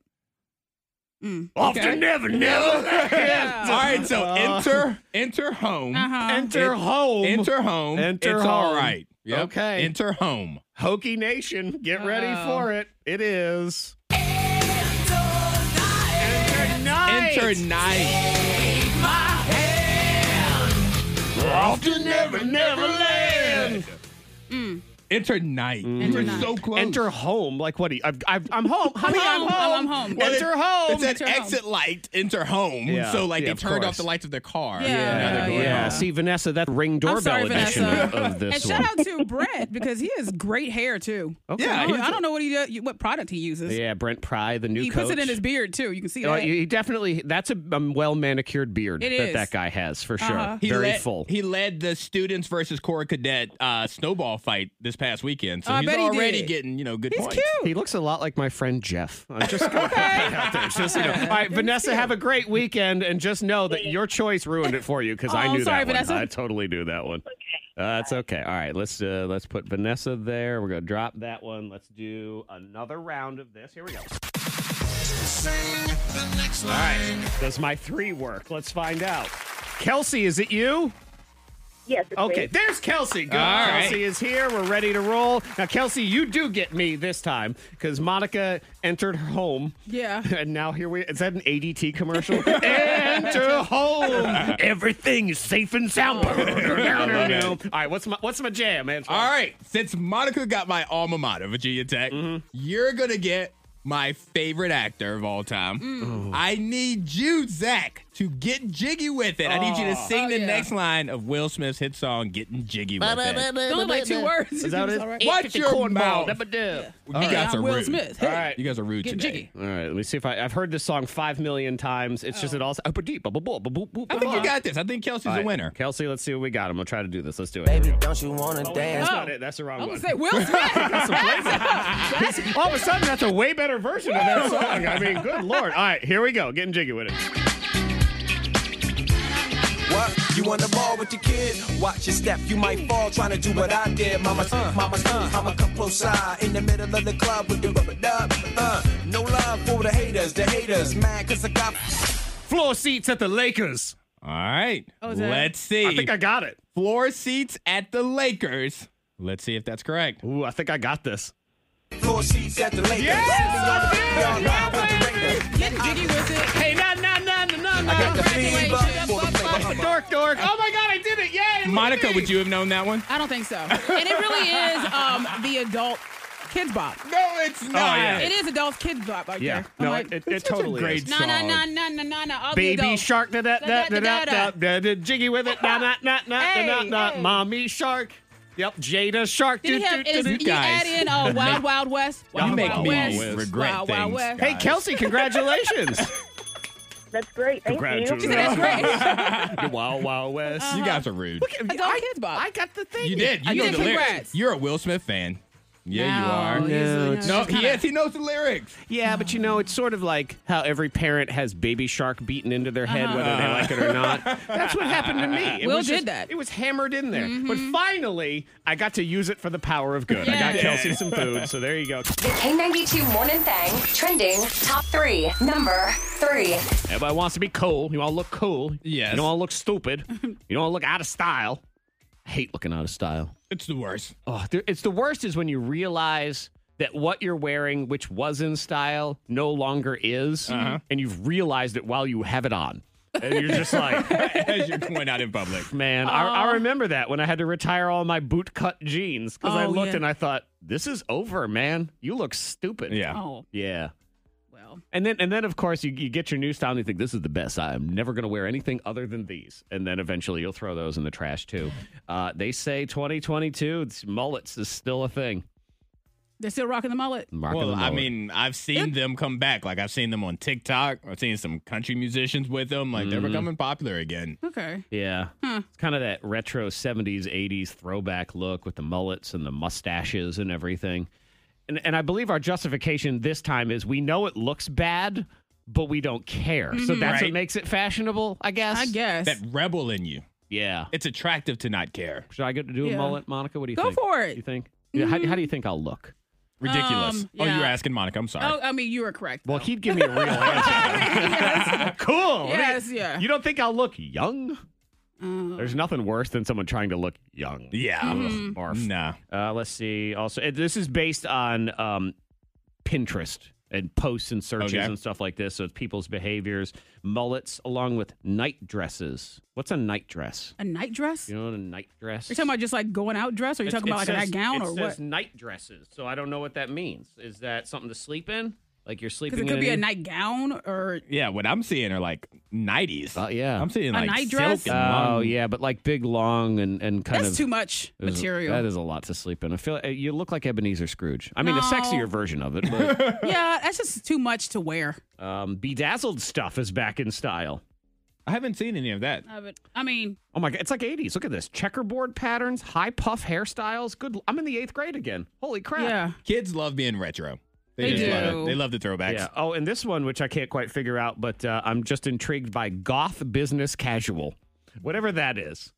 [SPEAKER 2] Off to never, never.
[SPEAKER 5] All right, so
[SPEAKER 2] Uh-huh.
[SPEAKER 5] enter, enter home.
[SPEAKER 4] Uh-huh.
[SPEAKER 2] Enter
[SPEAKER 5] It-
[SPEAKER 2] home.
[SPEAKER 5] Enter home.
[SPEAKER 2] Enter
[SPEAKER 5] it's all
[SPEAKER 2] home.
[SPEAKER 5] right. Yep.
[SPEAKER 2] Okay.
[SPEAKER 5] Enter home.
[SPEAKER 2] Hokey Nation. Get ready
[SPEAKER 4] Oh.
[SPEAKER 2] for it. It is. Enter night.
[SPEAKER 5] Enter night.
[SPEAKER 2] Off to never, never land.
[SPEAKER 5] Enter night.
[SPEAKER 2] Mm.
[SPEAKER 5] We're so close.
[SPEAKER 2] Enter home. Like what? do you- I've, I've, I'm home. Honey, I'm
[SPEAKER 4] home. Oh,
[SPEAKER 2] home.
[SPEAKER 4] I'm home.
[SPEAKER 5] Well,
[SPEAKER 2] Enter
[SPEAKER 5] it-
[SPEAKER 2] home.
[SPEAKER 5] It's an
[SPEAKER 4] Enter home.
[SPEAKER 5] exit light. Enter home.
[SPEAKER 2] Yeah.
[SPEAKER 5] So like
[SPEAKER 2] Yeah,
[SPEAKER 5] they
[SPEAKER 2] of
[SPEAKER 5] turned
[SPEAKER 2] course.
[SPEAKER 5] off the lights of their car.
[SPEAKER 4] Yeah.
[SPEAKER 5] Now they're
[SPEAKER 2] yeah.
[SPEAKER 5] going
[SPEAKER 2] yeah.
[SPEAKER 5] home.
[SPEAKER 2] See, Vanessa, that ring doorbell
[SPEAKER 4] I'm sorry,
[SPEAKER 2] edition of,
[SPEAKER 4] Vanessa.
[SPEAKER 2] of this
[SPEAKER 4] and
[SPEAKER 2] one.
[SPEAKER 4] shout out to Brent because he has great hair too.
[SPEAKER 2] Okay.
[SPEAKER 5] Yeah,
[SPEAKER 4] I don't,
[SPEAKER 5] he's
[SPEAKER 4] I
[SPEAKER 5] a-
[SPEAKER 4] don't know what he do, what product he uses.
[SPEAKER 2] Yeah, Brent Pry, the new
[SPEAKER 4] he
[SPEAKER 2] coach.
[SPEAKER 4] puts it in his beard too. You can see
[SPEAKER 2] Oh,
[SPEAKER 4] that.
[SPEAKER 2] he definitely. That's a, um well manicured beard
[SPEAKER 4] It
[SPEAKER 2] that
[SPEAKER 4] is.
[SPEAKER 2] that guy has for sure.
[SPEAKER 4] Uh-huh.
[SPEAKER 5] He
[SPEAKER 2] Very
[SPEAKER 5] led,
[SPEAKER 2] full.
[SPEAKER 5] He led the students versus Corps Cadet uh, snowball fight this past weekend. So
[SPEAKER 4] Oh, I
[SPEAKER 5] he's
[SPEAKER 4] bet he did.
[SPEAKER 5] already getting, you know, good
[SPEAKER 4] He's
[SPEAKER 5] points.
[SPEAKER 4] cute.
[SPEAKER 2] He looks a lot like my friend Jeff. I'm just going to put that out there. Just, you know. All right, Vanessa, have a great weekend, and just know that your choice ruined it for you because I
[SPEAKER 4] Oh,
[SPEAKER 2] knew
[SPEAKER 4] sorry,
[SPEAKER 2] that
[SPEAKER 4] Vanessa.
[SPEAKER 2] one. I totally knew that one. Uh, that's okay. All right, let's uh, let's put Vanessa there. We're going to drop that one. Let's do another round of this. Here we go.
[SPEAKER 1] Sing the next line.
[SPEAKER 2] Does my three work? Let's find out. Kelsey, is it you?
[SPEAKER 7] Yes. it's
[SPEAKER 2] Okay,
[SPEAKER 7] me.
[SPEAKER 2] there's Kelsey. Good.
[SPEAKER 5] All
[SPEAKER 2] Kelsey
[SPEAKER 5] right.
[SPEAKER 2] is here. We're ready to roll. Now, Kelsey, you do get me this time because Monica entered her home.
[SPEAKER 4] Yeah.
[SPEAKER 2] And now here we is that an ADT commercial? Enter home. Everything is safe and sound.
[SPEAKER 5] Oh.
[SPEAKER 2] All right, what's my what's my jam, man?
[SPEAKER 5] All right. Since Monica got my alma mater, Virginia Tech,
[SPEAKER 2] Mm-hmm.
[SPEAKER 5] you're
[SPEAKER 2] Mm.
[SPEAKER 5] going to get my favorite actor of all time. I need you, Zach, to get jiggy with it. I need you to
[SPEAKER 2] Oh.
[SPEAKER 5] sing the next line of Will Smith's hit song, Getting Jiggy with It.
[SPEAKER 4] It's only like two words.
[SPEAKER 2] Is that it?
[SPEAKER 5] Watch your mouth. You
[SPEAKER 4] Hey,
[SPEAKER 5] guys
[SPEAKER 4] I'm
[SPEAKER 5] are
[SPEAKER 4] Will
[SPEAKER 5] rude.
[SPEAKER 4] Smith. Hey,
[SPEAKER 2] All right.
[SPEAKER 5] You guys are rude
[SPEAKER 4] get jiggy.
[SPEAKER 5] today.
[SPEAKER 2] All right, let me see if I, I've heard this song five million times. It's
[SPEAKER 4] Oh.
[SPEAKER 2] just oh, it all. I
[SPEAKER 5] I think you got this. I think Kelsey's a winner.
[SPEAKER 2] Kelsey, let's see what we got. I'm gonna try to do this. Let's do it.
[SPEAKER 8] Don't you wanna dance?
[SPEAKER 2] That's
[SPEAKER 4] Oh.
[SPEAKER 2] not it. That's the wrong
[SPEAKER 4] I
[SPEAKER 2] one.
[SPEAKER 4] was gonna say Will Smith.
[SPEAKER 2] All of a sudden, that's a way better version of that song. I mean, good lord. All right, here we go. Getting jiggy with it.
[SPEAKER 8] What? You on the ball with your kid? Watch your step, you might fall trying to do what I did. Mama, uh, mama, uh, mama, come close side in the middle of the club with the rubber dub. Uh, no love for the haters, the haters mad 'cause I got.
[SPEAKER 2] Floor seats at the Lakers.
[SPEAKER 5] All right.
[SPEAKER 4] Oh, is that-
[SPEAKER 5] Let's see.
[SPEAKER 2] I think I got it.
[SPEAKER 5] Floor seats at the Lakers. Let's see if that's correct.
[SPEAKER 2] Ooh, I think I got this.
[SPEAKER 8] Floor seats at the Lakers. Y'all ride with the Raiders.
[SPEAKER 4] Getting jiggy with it.
[SPEAKER 2] Hey, na na na na na na.
[SPEAKER 8] The
[SPEAKER 4] Congratulations.
[SPEAKER 8] big buck for the
[SPEAKER 4] Buck,
[SPEAKER 8] Lakers.
[SPEAKER 2] Dork dork. Oh my god, I did it! Yay!
[SPEAKER 5] Monica, would you have known that one?
[SPEAKER 4] I don't think so. And it really is um, the adult kids bop.
[SPEAKER 5] No, it's not.
[SPEAKER 2] Oh, yeah.
[SPEAKER 4] It is adult kids bop right
[SPEAKER 2] Yeah.
[SPEAKER 4] there. I'm
[SPEAKER 2] No,
[SPEAKER 4] like,
[SPEAKER 2] it, it, it totally
[SPEAKER 5] great
[SPEAKER 2] is.
[SPEAKER 4] Nah, nah, nah, nah, nah, nah, nah. All the
[SPEAKER 2] Baby
[SPEAKER 4] adults.
[SPEAKER 2] shark, da da da da da da da da, jiggy with it, na na na na na na
[SPEAKER 4] Hey,
[SPEAKER 2] na,
[SPEAKER 4] hey.
[SPEAKER 2] mommy shark. Yep, Jada shark.
[SPEAKER 4] Did he
[SPEAKER 2] do,
[SPEAKER 4] have,
[SPEAKER 2] do, do,
[SPEAKER 4] is,
[SPEAKER 2] do.
[SPEAKER 4] you
[SPEAKER 5] guys.
[SPEAKER 4] add in uh, Wild Wild West? Wild
[SPEAKER 5] You make
[SPEAKER 4] Wild
[SPEAKER 5] me
[SPEAKER 4] West.
[SPEAKER 5] regret
[SPEAKER 4] Wild
[SPEAKER 5] things.
[SPEAKER 4] Wild West.
[SPEAKER 2] Hey, Kelsey, congratulations!
[SPEAKER 7] That's great. Thank
[SPEAKER 2] Congratulations.
[SPEAKER 7] you.
[SPEAKER 4] That's great.
[SPEAKER 2] wow, wow, West.
[SPEAKER 5] You guys are rude.
[SPEAKER 4] Adult kids bop.
[SPEAKER 2] I got the thing.
[SPEAKER 5] You did. You
[SPEAKER 4] I
[SPEAKER 5] know
[SPEAKER 4] did.
[SPEAKER 5] the lyrics.
[SPEAKER 4] Congrats.
[SPEAKER 5] You're a Will Smith fan. Yeah,
[SPEAKER 4] No,
[SPEAKER 5] you are.
[SPEAKER 4] he's-
[SPEAKER 2] uh, No,
[SPEAKER 4] you know,
[SPEAKER 2] it's-
[SPEAKER 5] No,
[SPEAKER 4] he's
[SPEAKER 5] he
[SPEAKER 4] kinda-
[SPEAKER 5] is. He knows the lyrics.
[SPEAKER 2] Yeah, but you know, it's sort of like how every parent has baby shark beaten into their head, whether they like it or not. That's what happened to me. It
[SPEAKER 4] Uh-huh. Will
[SPEAKER 2] was
[SPEAKER 4] did
[SPEAKER 2] just-
[SPEAKER 4] that. Mm-hmm.
[SPEAKER 2] It was hammered in there. But finally, I got to use it for the power of good. I got
[SPEAKER 4] Yeah.
[SPEAKER 2] Kelsey some food, so there you go.
[SPEAKER 6] The K92 Morning Thang trending top three. Number three.
[SPEAKER 2] Everybody wants to be cool. You all look cool.
[SPEAKER 5] Yes.
[SPEAKER 2] You don't want to look stupid. you don't want to look out of style. I hate looking out of style.
[SPEAKER 5] It's the worst.
[SPEAKER 2] Oh, there- it's the worst is when you realize that what you're wearing, which was in style, no longer is,
[SPEAKER 4] Uh-huh.
[SPEAKER 2] and you've realized it while you have it on. And you're just like,
[SPEAKER 5] As you're going out in public.
[SPEAKER 2] man, I, I remember that when I had to retire all my boot cut jeans because I
[SPEAKER 4] Oh,
[SPEAKER 2] looked
[SPEAKER 4] yeah.
[SPEAKER 2] and I thought, this is over, man. You look stupid.
[SPEAKER 5] Yeah.
[SPEAKER 4] Oh,
[SPEAKER 2] Yeah.
[SPEAKER 4] well.
[SPEAKER 2] And then, and then, of course, you, you get your new style and you think this is the best. I'm never going to wear anything other than these. And then eventually, you'll throw those in the trash too. Uh, they say 2022, it's, mullets is still a thing.
[SPEAKER 4] They're still rocking the mullet.
[SPEAKER 2] Mark of
[SPEAKER 5] Well,
[SPEAKER 2] the
[SPEAKER 5] I
[SPEAKER 2] mullet.
[SPEAKER 5] mean, I've seen them come back. Like I've seen them on TikTok. I've seen some country musicians with them. Like they're becoming popular again.
[SPEAKER 4] Okay.
[SPEAKER 2] yeah,
[SPEAKER 4] Hmm.
[SPEAKER 2] it's kind of that retro 70s, 80s throwback look with the mullets and the mustaches and everything. And, and I believe our justification this time is we know it looks bad, but we don't care. So that's what
[SPEAKER 5] Right.
[SPEAKER 2] makes it fashionable, I guess.
[SPEAKER 4] Mm-hmm. I guess.
[SPEAKER 5] That rebel in you.
[SPEAKER 2] Yeah.
[SPEAKER 5] It's attractive to not care.
[SPEAKER 2] Should I get to do a
[SPEAKER 4] Yeah.
[SPEAKER 2] mullet, Monica? What do you
[SPEAKER 4] Go
[SPEAKER 2] think?
[SPEAKER 4] for it.
[SPEAKER 2] You think? Yeah, how, how do you think I'll look?
[SPEAKER 5] Ridiculous.
[SPEAKER 4] Um,
[SPEAKER 5] Oh, you
[SPEAKER 4] yeah.
[SPEAKER 5] were asking Monica. I'm sorry.
[SPEAKER 4] Oh, I mean, you were correct.
[SPEAKER 2] Well, he'd give me a real answer. cool.
[SPEAKER 4] Yes, yeah. Uh.
[SPEAKER 2] You don't think I'll look young? There's nothing worse than someone trying to look young.
[SPEAKER 5] Yeah.
[SPEAKER 4] Mm-hmm.
[SPEAKER 2] Ugh, barf.
[SPEAKER 5] Nah.
[SPEAKER 2] Uh, let's see. Also, uh, this is based on um, Pinterest and posts and searches
[SPEAKER 5] Okay.
[SPEAKER 2] and stuff like this. So it's people's behaviors, mullets, along with night dresses. What's a night dress?
[SPEAKER 4] a night dress?
[SPEAKER 2] You know what a night dress?
[SPEAKER 4] You're talking about just like going out dress, or you are talking about like a nightgown,
[SPEAKER 2] it
[SPEAKER 4] or
[SPEAKER 2] says
[SPEAKER 4] what?
[SPEAKER 2] night dresses. So I don't know what that means. Is that something to sleep in? Like you're sleeping
[SPEAKER 4] Because it
[SPEAKER 2] in
[SPEAKER 4] could be a
[SPEAKER 2] an-
[SPEAKER 4] nightgown, or
[SPEAKER 5] Yeah. What I'm seeing are like 90s.
[SPEAKER 2] Uh, yeah.
[SPEAKER 5] I'm seeing
[SPEAKER 4] A
[SPEAKER 5] like
[SPEAKER 4] night
[SPEAKER 5] silk
[SPEAKER 4] dress?
[SPEAKER 5] and
[SPEAKER 2] Oh
[SPEAKER 5] long-
[SPEAKER 2] yeah, but like big, long, and and kind
[SPEAKER 4] that's
[SPEAKER 2] of
[SPEAKER 4] too much
[SPEAKER 2] is-
[SPEAKER 4] material.
[SPEAKER 2] That is a lot to sleep in. I feel uh, you look like Ebenezer Scrooge. I mean, a
[SPEAKER 4] No.
[SPEAKER 2] sexier version of it. But,
[SPEAKER 4] yeah, that's just too much to wear.
[SPEAKER 2] um, bedazzled stuff is back in style.
[SPEAKER 5] I haven't seen any of that.
[SPEAKER 4] I, would, I mean,
[SPEAKER 2] Oh my god, it's like '80s. Look at this checkerboard patterns, high puff hairstyles. Good. I'm in the eighth grade again. Holy crap.
[SPEAKER 4] yeah.
[SPEAKER 5] Kids love being retro.
[SPEAKER 4] They
[SPEAKER 5] just Love it.
[SPEAKER 4] do.
[SPEAKER 5] They love the throwbacks.
[SPEAKER 2] Yeah. Oh, and this one, which I can't quite figure out, but uh, I'm just intrigued by goth business casual, whatever that is.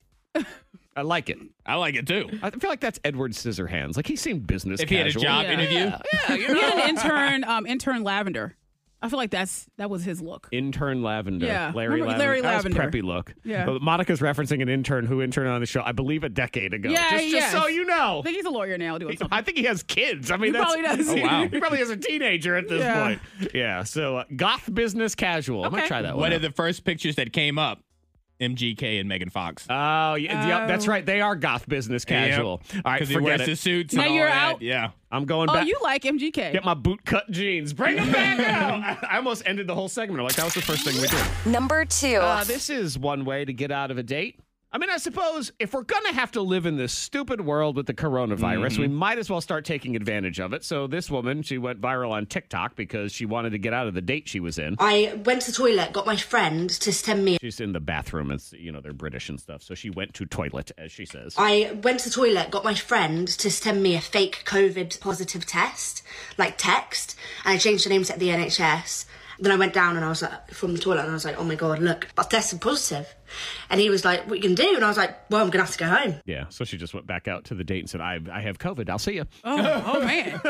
[SPEAKER 2] I like it.
[SPEAKER 5] I like it too.
[SPEAKER 2] I feel like that's Edward Scissorhands. Like he seemed business.
[SPEAKER 5] If he had a
[SPEAKER 2] casual.
[SPEAKER 5] job
[SPEAKER 4] Yeah.
[SPEAKER 5] interview,
[SPEAKER 2] yeah, you
[SPEAKER 4] He
[SPEAKER 2] know.
[SPEAKER 4] had an intern, um, intern Lavender. I feel like that's that was his look.
[SPEAKER 2] Intern Lavender.
[SPEAKER 4] Yeah.
[SPEAKER 2] Larry
[SPEAKER 4] Remember
[SPEAKER 2] Lavender.
[SPEAKER 4] Larry
[SPEAKER 2] That was
[SPEAKER 4] Lavender.
[SPEAKER 2] preppy look.
[SPEAKER 4] Yeah.
[SPEAKER 2] But Monica's referencing an intern who interned on the show, I believe, a decade ago.
[SPEAKER 4] Yeah,
[SPEAKER 2] just, just
[SPEAKER 4] yes.
[SPEAKER 2] so you know.
[SPEAKER 4] I think he's a lawyer now doing something.
[SPEAKER 2] I think he has kids. I mean,
[SPEAKER 4] He
[SPEAKER 2] that's,
[SPEAKER 4] probably does. Oh,
[SPEAKER 5] wow.
[SPEAKER 2] he probably is a teenager at this
[SPEAKER 4] Yeah.
[SPEAKER 2] point. Yeah. So, uh, goth business casual. I'm gonna
[SPEAKER 4] Okay.
[SPEAKER 2] try that
[SPEAKER 5] one
[SPEAKER 2] one.
[SPEAKER 5] of the first pictures that came up MGK and Megan Fox.
[SPEAKER 2] Oh, yeah, yep, that's right. They are goth business casual. All right,
[SPEAKER 5] Because he wears
[SPEAKER 2] forget
[SPEAKER 5] his
[SPEAKER 2] it.
[SPEAKER 5] suits.
[SPEAKER 4] Now
[SPEAKER 5] and all
[SPEAKER 4] you're
[SPEAKER 5] that.
[SPEAKER 4] out?
[SPEAKER 5] Yeah.
[SPEAKER 2] I'm going
[SPEAKER 4] Oh,
[SPEAKER 2] back.
[SPEAKER 4] you like MGK?
[SPEAKER 2] Get my boot cut jeans. Bring them back out. I almost ended the whole segment. I'm like, that was the first thing we did.
[SPEAKER 6] Number two.
[SPEAKER 2] Uh, this is one way to get out of a date. I mean, I suppose if we're going to have to live in this stupid world with the coronavirus, we
[SPEAKER 9] Mm-hmm.
[SPEAKER 2] might as well start taking advantage of it. So, this woman, she went viral on TikTok because she wanted to get out of the date she was in.
[SPEAKER 9] I went to the toilet, got my friend to send me.
[SPEAKER 2] She's in the bathroom. It's, you know, they're British and stuff. So, she went to toilet, as she says.
[SPEAKER 9] I went to the toilet, got my friend to send me a fake COVID positive test, like text, and I changed the name to the NHS. Then I went down and I was like, from the toilet, and I was like, oh my god, look, I tested positive. And he was like, what you can do? And I was like, well, I'm gonna have to go home.
[SPEAKER 2] yeah. So, she just went back out to the date and said, I, I have COVID. I'll see you.
[SPEAKER 4] Oh, oh man.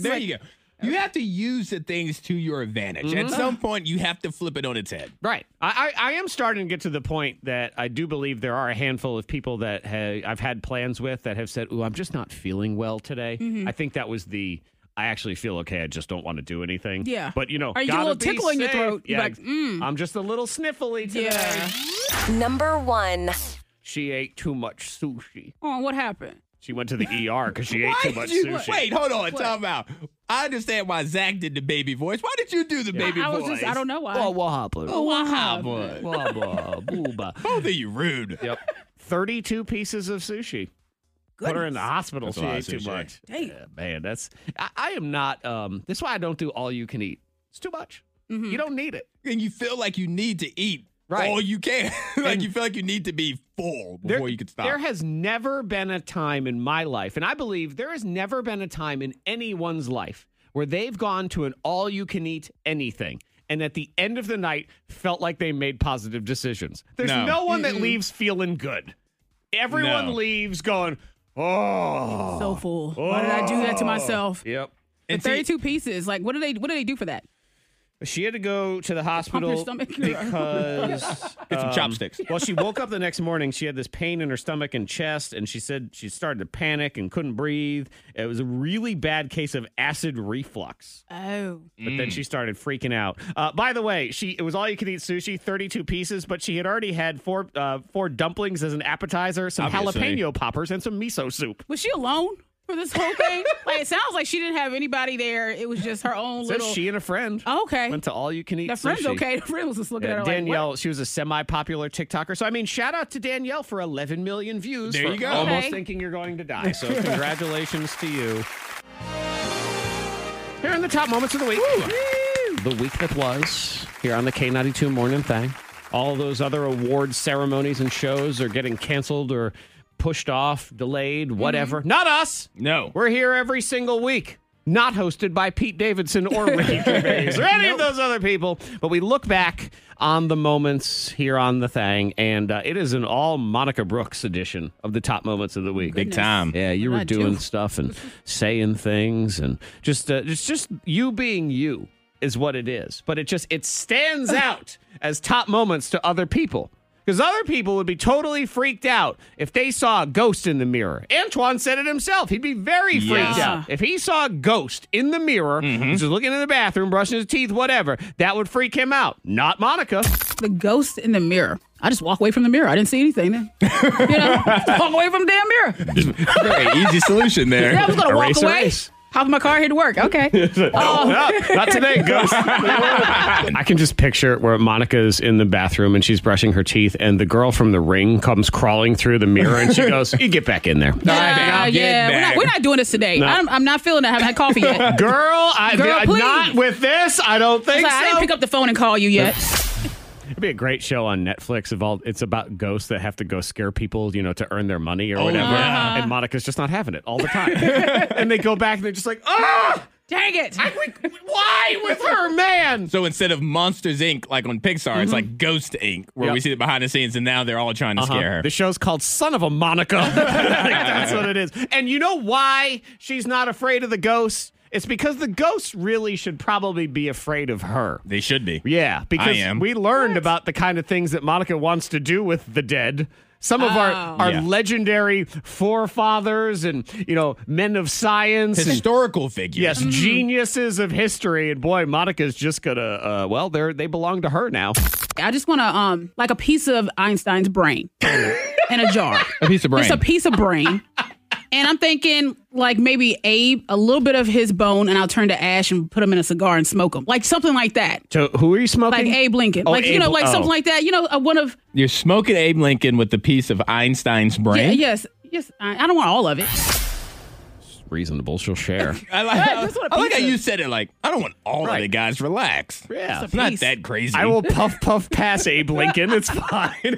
[SPEAKER 5] there you go. You have to use the things to your advantage. At
[SPEAKER 4] Mm-hmm.
[SPEAKER 5] some point, you have to flip it on its head.
[SPEAKER 2] Right. I, I, I am starting to get to the point that I do believe there are a handful of people that ha- I've had plans with that have said, Ooh, I'm just not feeling well today.
[SPEAKER 4] Mm-hmm.
[SPEAKER 2] I think that was the. I actually feel okay. I just don't want to do anything.
[SPEAKER 4] Yeah.
[SPEAKER 2] But, you know,
[SPEAKER 4] Or you get a
[SPEAKER 2] gotta
[SPEAKER 4] little
[SPEAKER 2] be
[SPEAKER 4] tickle in your
[SPEAKER 2] safe.
[SPEAKER 4] throat. You're
[SPEAKER 2] Yeah.
[SPEAKER 4] like, "Mm."
[SPEAKER 2] I'm just a little sniffly today.
[SPEAKER 4] yeah.
[SPEAKER 6] Number one.
[SPEAKER 2] She ate too much sushi.
[SPEAKER 4] Oh, what happened?
[SPEAKER 2] She went to the ER because she ate
[SPEAKER 5] Why
[SPEAKER 2] too
[SPEAKER 5] did
[SPEAKER 2] much
[SPEAKER 5] you-
[SPEAKER 2] sushi.
[SPEAKER 5] Wait, hold on. Time out. I understand why Zach did the baby voice. Why did you do the baby
[SPEAKER 4] I
[SPEAKER 5] voice?
[SPEAKER 4] was
[SPEAKER 5] Ah,
[SPEAKER 4] just, I don't know why.
[SPEAKER 2] what happened?
[SPEAKER 4] Oh, what happened?
[SPEAKER 5] Boy,
[SPEAKER 2] Blah, blah, booba.
[SPEAKER 5] both of you rude.
[SPEAKER 2] Yep. 32 pieces of sushi. Put her in the hospital.
[SPEAKER 5] That's a
[SPEAKER 2] she
[SPEAKER 5] lot
[SPEAKER 2] ate
[SPEAKER 5] of
[SPEAKER 2] too
[SPEAKER 5] sushi.
[SPEAKER 2] much.
[SPEAKER 4] Dang.
[SPEAKER 2] Yeah, man, that's. I, I am not. Um, that's why I don't do all you can eat. It's too much. You don't need it.
[SPEAKER 5] And you feel like you need to eat
[SPEAKER 2] Right.
[SPEAKER 5] all you can. like
[SPEAKER 2] And-
[SPEAKER 5] you feel like you need to be full before you can stop.
[SPEAKER 2] There has never been a time in my life, and I believe there has never been a time in anyone's life where they've gone to an all you can eat anything. And at the end of the night, felt like they made positive decisions. There's no,
[SPEAKER 5] No.
[SPEAKER 2] one that leaves feeling good. Everyone
[SPEAKER 5] No.
[SPEAKER 2] leaves going, oh.
[SPEAKER 4] So full. Why did I do that to myself?
[SPEAKER 2] Yep.
[SPEAKER 4] The
[SPEAKER 5] And see-
[SPEAKER 4] 32 pieces. Like, what do they? What do they do for that?
[SPEAKER 2] She had to go to the hospital
[SPEAKER 4] stomach.
[SPEAKER 2] because
[SPEAKER 5] Get some chopsticks.
[SPEAKER 2] Well, she woke up the next morning. She had this pain in her stomach and chest, and she said she started to panic and couldn't breathe. It was a really bad case of acid reflux.
[SPEAKER 4] Oh,
[SPEAKER 2] But then she started freaking out. Uh, by the way, she it was all you could eat sushi, thirty two pieces, but she had already had four uh, four dumplings as an appetizer, some
[SPEAKER 5] Obviously.
[SPEAKER 2] jalapeno poppers, and some miso soup.
[SPEAKER 4] was she alone for this whole thing? like, it sounds like she didn't have anybody there. It was just her own
[SPEAKER 2] So
[SPEAKER 4] little.
[SPEAKER 2] she and a friend
[SPEAKER 4] Oh, okay.
[SPEAKER 2] went to all you can eat.
[SPEAKER 4] the friend's
[SPEAKER 2] sushi.
[SPEAKER 4] okay. The friend was just looking
[SPEAKER 2] Yeah,
[SPEAKER 4] at her
[SPEAKER 2] Danielle,
[SPEAKER 4] like,
[SPEAKER 2] she was a semi-popular TikToker. So I mean, shout out to Danielle for 11 million views.
[SPEAKER 5] There
[SPEAKER 2] for
[SPEAKER 5] you go.
[SPEAKER 2] Almost
[SPEAKER 4] Okay.
[SPEAKER 2] thinking you're going to die. So congratulations to you. Here in the top moments of the week, the week that was here on the K92 Morning Thing. All those other award ceremonies and shows are getting canceled or pushed off, delayed, whatever.
[SPEAKER 4] Mm-hmm.
[SPEAKER 2] Not us.
[SPEAKER 5] No.
[SPEAKER 2] We're here every single week. Not hosted by Pete Davidson or Ricky Gervais or any of those other people, but we look back on the moments here on the thing, and uh, it is an all Monica Brooks edition of the top moments of the week.
[SPEAKER 5] Big time.
[SPEAKER 2] Yeah, you were
[SPEAKER 4] I do?
[SPEAKER 2] doing stuff and saying things, and just uh, it's just you being you is what it is. But it just it stands out as top moments to other people because other people would be totally freaked out if they saw a ghost in the mirror. Antoine said it himself; he'd be very freaked
[SPEAKER 5] Yes.
[SPEAKER 2] out if he saw a ghost in the mirror, just looking in the bathroom, brushing his teeth, whatever. That would freak him out. Not Monica.
[SPEAKER 4] what? The ghost in the mirror. I just walk away from the mirror. I didn't see anything then. you know, Just walk away from the damn mirror.
[SPEAKER 5] Very easy solution there.
[SPEAKER 4] Yeah, I was gonna
[SPEAKER 2] Erase,
[SPEAKER 4] walk away.
[SPEAKER 2] erase.
[SPEAKER 4] Hop in my car, head to work. Okay.
[SPEAKER 2] No, not today, ghost. Oh. I can just picture it where Monica's in the bathroom and she's brushing her teeth, and the girl from the ring comes crawling through the mirror and she goes, You get back in there.
[SPEAKER 4] Uh,
[SPEAKER 5] get
[SPEAKER 4] yeah, we're not,
[SPEAKER 5] back.
[SPEAKER 4] we're not doing this today. I'm, I'm not feeling it. I haven't had coffee yet.
[SPEAKER 2] Girl, I,
[SPEAKER 4] Girl,
[SPEAKER 2] I- not
[SPEAKER 4] please.
[SPEAKER 2] with this. I don't think
[SPEAKER 4] It's like, I
[SPEAKER 2] so.
[SPEAKER 4] didn't pick up the phone and call you yet.
[SPEAKER 2] It'd be a great show on Netflix. Of all, it's about ghosts that have to go scare people, you know, to earn their money
[SPEAKER 4] Oh,
[SPEAKER 2] or whatever.
[SPEAKER 5] yeah.
[SPEAKER 2] And Monica's just not having it all the time. and they go back and they're just like, ah,
[SPEAKER 4] Dang it.
[SPEAKER 2] we- why with her, man?
[SPEAKER 5] So instead of Monsters Inc., like on Pixar, it's like Ghost Inc., where
[SPEAKER 2] Yep. Uh-huh.
[SPEAKER 5] we see the behind the scenes, and now they're all trying to scare her.
[SPEAKER 2] The show's called Son of a Monica. Like, That's what it is. And you know why she's not afraid of the ghost? It's because the ghost really should probably be afraid of her.
[SPEAKER 5] They should be.
[SPEAKER 2] Yeah, because
[SPEAKER 5] am.
[SPEAKER 2] we learned about the kind of things that Monica wants to do with the dead. Some of our,
[SPEAKER 4] Oh.
[SPEAKER 2] our
[SPEAKER 5] Yeah.
[SPEAKER 2] legendary forefathers and, you know, men of science. and-
[SPEAKER 5] Historical figures.
[SPEAKER 2] Yes,
[SPEAKER 4] Mm-hmm.
[SPEAKER 2] geniuses of history, and boy, Monica's just gonna. Uh, well, they are they belong to her now.
[SPEAKER 4] I just want to um like a piece of Einstein's brain in a jar.
[SPEAKER 5] A piece of brain.
[SPEAKER 4] Just a piece of brain. and I'm thinking like maybe Abe, a little bit of his bone, and I'll turn to ash and put him in a cigar and smoke him, like something like that.
[SPEAKER 2] So, who are you
[SPEAKER 4] Like
[SPEAKER 2] smoking?
[SPEAKER 4] Abe Lincoln,
[SPEAKER 2] Oh,
[SPEAKER 4] like you know,
[SPEAKER 2] Abe-
[SPEAKER 4] like
[SPEAKER 2] oh.
[SPEAKER 4] something like that. You know, uh, one of
[SPEAKER 5] You're smoking Abe Lincoln with a piece of Einstein's
[SPEAKER 4] yeah,
[SPEAKER 5] brain.
[SPEAKER 4] yes, yes. I, I don't want all of it.
[SPEAKER 2] Reasonable, she'll share.
[SPEAKER 5] I like,
[SPEAKER 4] Yeah, just want a
[SPEAKER 5] I like how
[SPEAKER 4] piece of-
[SPEAKER 5] you said it. Like, I don't want all of
[SPEAKER 2] Right.
[SPEAKER 5] it, guys. Relax.
[SPEAKER 2] yeah,
[SPEAKER 5] It's not
[SPEAKER 4] Peace.
[SPEAKER 5] that crazy.
[SPEAKER 2] I will puff puff pass Abe Lincoln. It's fine.
[SPEAKER 4] There you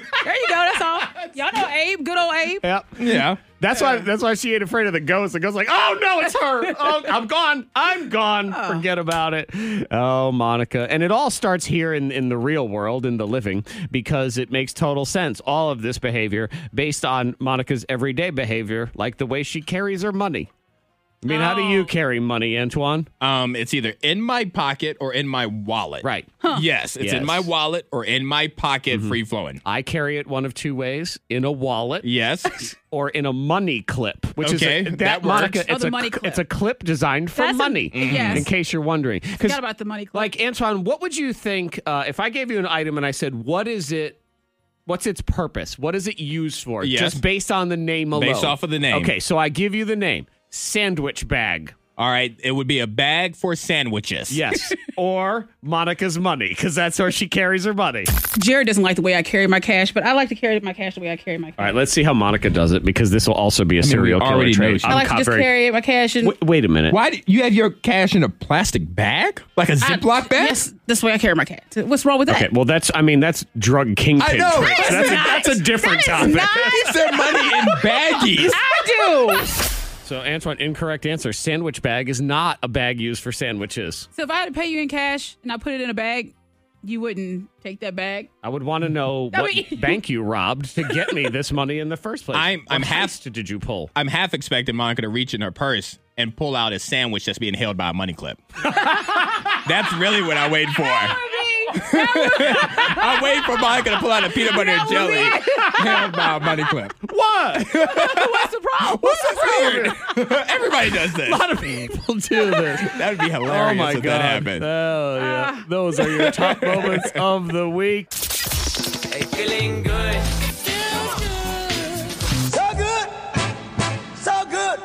[SPEAKER 4] go. That's all. Y'all know Abe, good old Abe.
[SPEAKER 2] yep.
[SPEAKER 5] Yeah.
[SPEAKER 2] That's why. That's why she ain't afraid of the ghost. The ghost's like, oh no, it's her. Oh, I'm gone. I'm gone. Forget about it. Oh, Monica. And it all starts here in in the real world, in the living, because it makes total sense. All of this behavior based on Monica's everyday behavior, like the way she carries her money. I mean, how do you carry money, Antoine?
[SPEAKER 5] Um, it's either in my pocket or in my wallet.
[SPEAKER 2] Right.
[SPEAKER 5] Yes, it's
[SPEAKER 2] Yes.
[SPEAKER 5] in my wallet or in my pocket, free flowing.
[SPEAKER 2] I carry it one of two ways: in a wallet
[SPEAKER 5] Yes.
[SPEAKER 2] or in a money clip, which
[SPEAKER 5] Okay,
[SPEAKER 2] is a, that,
[SPEAKER 5] that works.
[SPEAKER 2] Monica.
[SPEAKER 4] Oh,
[SPEAKER 2] it's
[SPEAKER 4] the
[SPEAKER 2] a
[SPEAKER 4] money
[SPEAKER 2] cl-
[SPEAKER 4] clip.
[SPEAKER 2] It's a clip designed for
[SPEAKER 4] That's a-
[SPEAKER 2] money. Mm-hmm.
[SPEAKER 4] yes.
[SPEAKER 2] In case you're wondering, 'Cause
[SPEAKER 4] Forgot about the money clip.
[SPEAKER 2] Like Antoine, what would you think uh, if I gave you an item and I said, "What is it? What's its purpose? What is it used for?"
[SPEAKER 5] Yes.
[SPEAKER 2] Just based on the name alone.
[SPEAKER 5] Based off of the name.
[SPEAKER 2] Okay, so I give you the name sandwich bag.
[SPEAKER 5] All right. It would be a bag for sandwiches.
[SPEAKER 2] Yes, or Monica's money because that's where she carries her money.
[SPEAKER 4] Jared doesn't like the way I carry my cash, but I like to carry my cash the way I carry my cash.
[SPEAKER 2] All right, let's see how Monica does it because this will also be a
[SPEAKER 5] we
[SPEAKER 2] serial killer
[SPEAKER 5] already know
[SPEAKER 2] trait.
[SPEAKER 5] she-
[SPEAKER 4] I
[SPEAKER 2] I'm
[SPEAKER 4] like to just
[SPEAKER 2] covering-
[SPEAKER 4] carry my cash and
[SPEAKER 2] Wait, wait a minute.
[SPEAKER 5] Why do you have your cash in a plastic bag? Like a Ziploc
[SPEAKER 4] I-
[SPEAKER 5] bag?
[SPEAKER 4] Yes, that's the way I carry my cash. What's wrong with that?
[SPEAKER 2] Okay, well that's I mean that's drug kingpin.
[SPEAKER 5] I know.
[SPEAKER 2] traits.
[SPEAKER 5] That
[SPEAKER 2] That's,
[SPEAKER 5] is
[SPEAKER 2] a,
[SPEAKER 5] not-
[SPEAKER 2] that's a different topic.
[SPEAKER 5] Keep their money in baggies.
[SPEAKER 4] I do.
[SPEAKER 2] So Antoine, incorrect answer. Sandwich bag is not a bag used for sandwiches.
[SPEAKER 4] So if I had to pay you in cash and I put it in a bag, you wouldn't take that bag.
[SPEAKER 2] I would want to know
[SPEAKER 4] No,
[SPEAKER 2] what
[SPEAKER 4] but-
[SPEAKER 2] bank you robbed to get me this money in the first place.
[SPEAKER 5] I'm-
[SPEAKER 2] What
[SPEAKER 5] I'm half-
[SPEAKER 2] heist Did you pull?
[SPEAKER 5] I'm half expecting Monica to reach in her purse and pull out a sandwich that's being held by a money clip. that's really what I wait for. I wait for Monica to pull out a peanut butter and jelly held by a money clip.
[SPEAKER 2] What?
[SPEAKER 5] Oh,
[SPEAKER 2] a
[SPEAKER 4] What's the problem?
[SPEAKER 5] What's this weird? Everybody does this.
[SPEAKER 2] lot of people do this.
[SPEAKER 5] That would be hilarious
[SPEAKER 2] Oh my
[SPEAKER 5] if
[SPEAKER 2] god!
[SPEAKER 5] that happened.
[SPEAKER 2] Oh yeah,
[SPEAKER 5] Ah.
[SPEAKER 2] those are your top moments of the week.
[SPEAKER 8] Feeling good. So good. So good.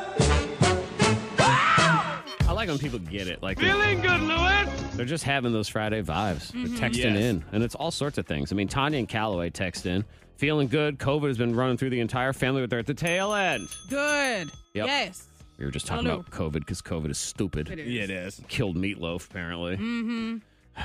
[SPEAKER 2] I like when people get it. Like feeling good, Lewis. They're just having those Friday vibes.
[SPEAKER 4] Mm-hmm.
[SPEAKER 2] They're texting
[SPEAKER 5] Yes.
[SPEAKER 2] in, and it's all sorts of things. I mean, Tanya and Calloway text in, feeling good. COVID has been running through the entire family, but they're at the tail end.
[SPEAKER 4] Good.
[SPEAKER 2] Yep.
[SPEAKER 4] Yes.
[SPEAKER 2] We were just talking
[SPEAKER 4] Hello.
[SPEAKER 2] about COVID because COVID is stupid.
[SPEAKER 4] It is.
[SPEAKER 5] Yeah, it is.
[SPEAKER 2] Killed meatloaf apparently. Mm-hmm.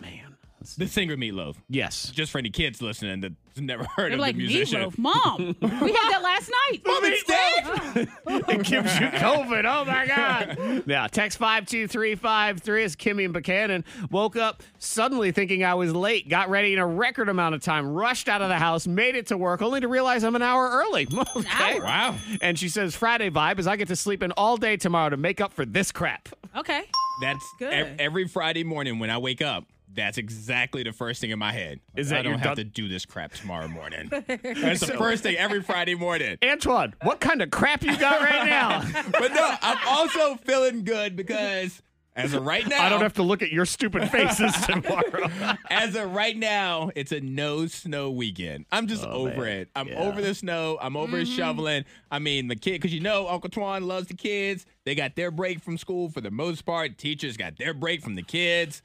[SPEAKER 2] Man.
[SPEAKER 5] The singer Meatloaf.
[SPEAKER 2] Yes.
[SPEAKER 5] Just for any kids listening that's never
[SPEAKER 4] They're
[SPEAKER 5] heard of
[SPEAKER 4] like
[SPEAKER 5] the musician.
[SPEAKER 4] meatloaf, mom. we had that last night. Mom,
[SPEAKER 5] it's dead.
[SPEAKER 2] it gives you COVID. Oh my God. yeah. Text 52353 is Kimmy and Buchanan. Woke up suddenly thinking I was late, got ready in a record amount of time, rushed out of the house, made it to work, only to realize I'm an hour early. okay.
[SPEAKER 5] Wow.
[SPEAKER 2] And she says, Friday vibe is I get to sleep in all day tomorrow to make up for this crap.
[SPEAKER 4] Okay.
[SPEAKER 5] That's e-
[SPEAKER 4] Good.
[SPEAKER 5] every Friday morning when I wake up. That's exactly the first thing in my head.
[SPEAKER 2] Is
[SPEAKER 5] I
[SPEAKER 2] that
[SPEAKER 5] don't
[SPEAKER 2] you're
[SPEAKER 5] have
[SPEAKER 2] done-
[SPEAKER 5] to do this crap tomorrow morning. That's the first thing every Friday morning.
[SPEAKER 2] Antoine, what kind of crap you got right now?
[SPEAKER 5] But no, I'm also feeling good because as of right now,
[SPEAKER 2] I don't have to look at your stupid faces tomorrow.
[SPEAKER 5] as of right now, it's a no snow weekend. I'm just
[SPEAKER 2] Oh,
[SPEAKER 5] over it. I'm over the snow. I'm over
[SPEAKER 4] Mm-hmm.
[SPEAKER 5] shoveling. I mean, the kid, because you know Uncle Twan loves the kids. They got their break from school for the most part. Teachers got their break from the kids.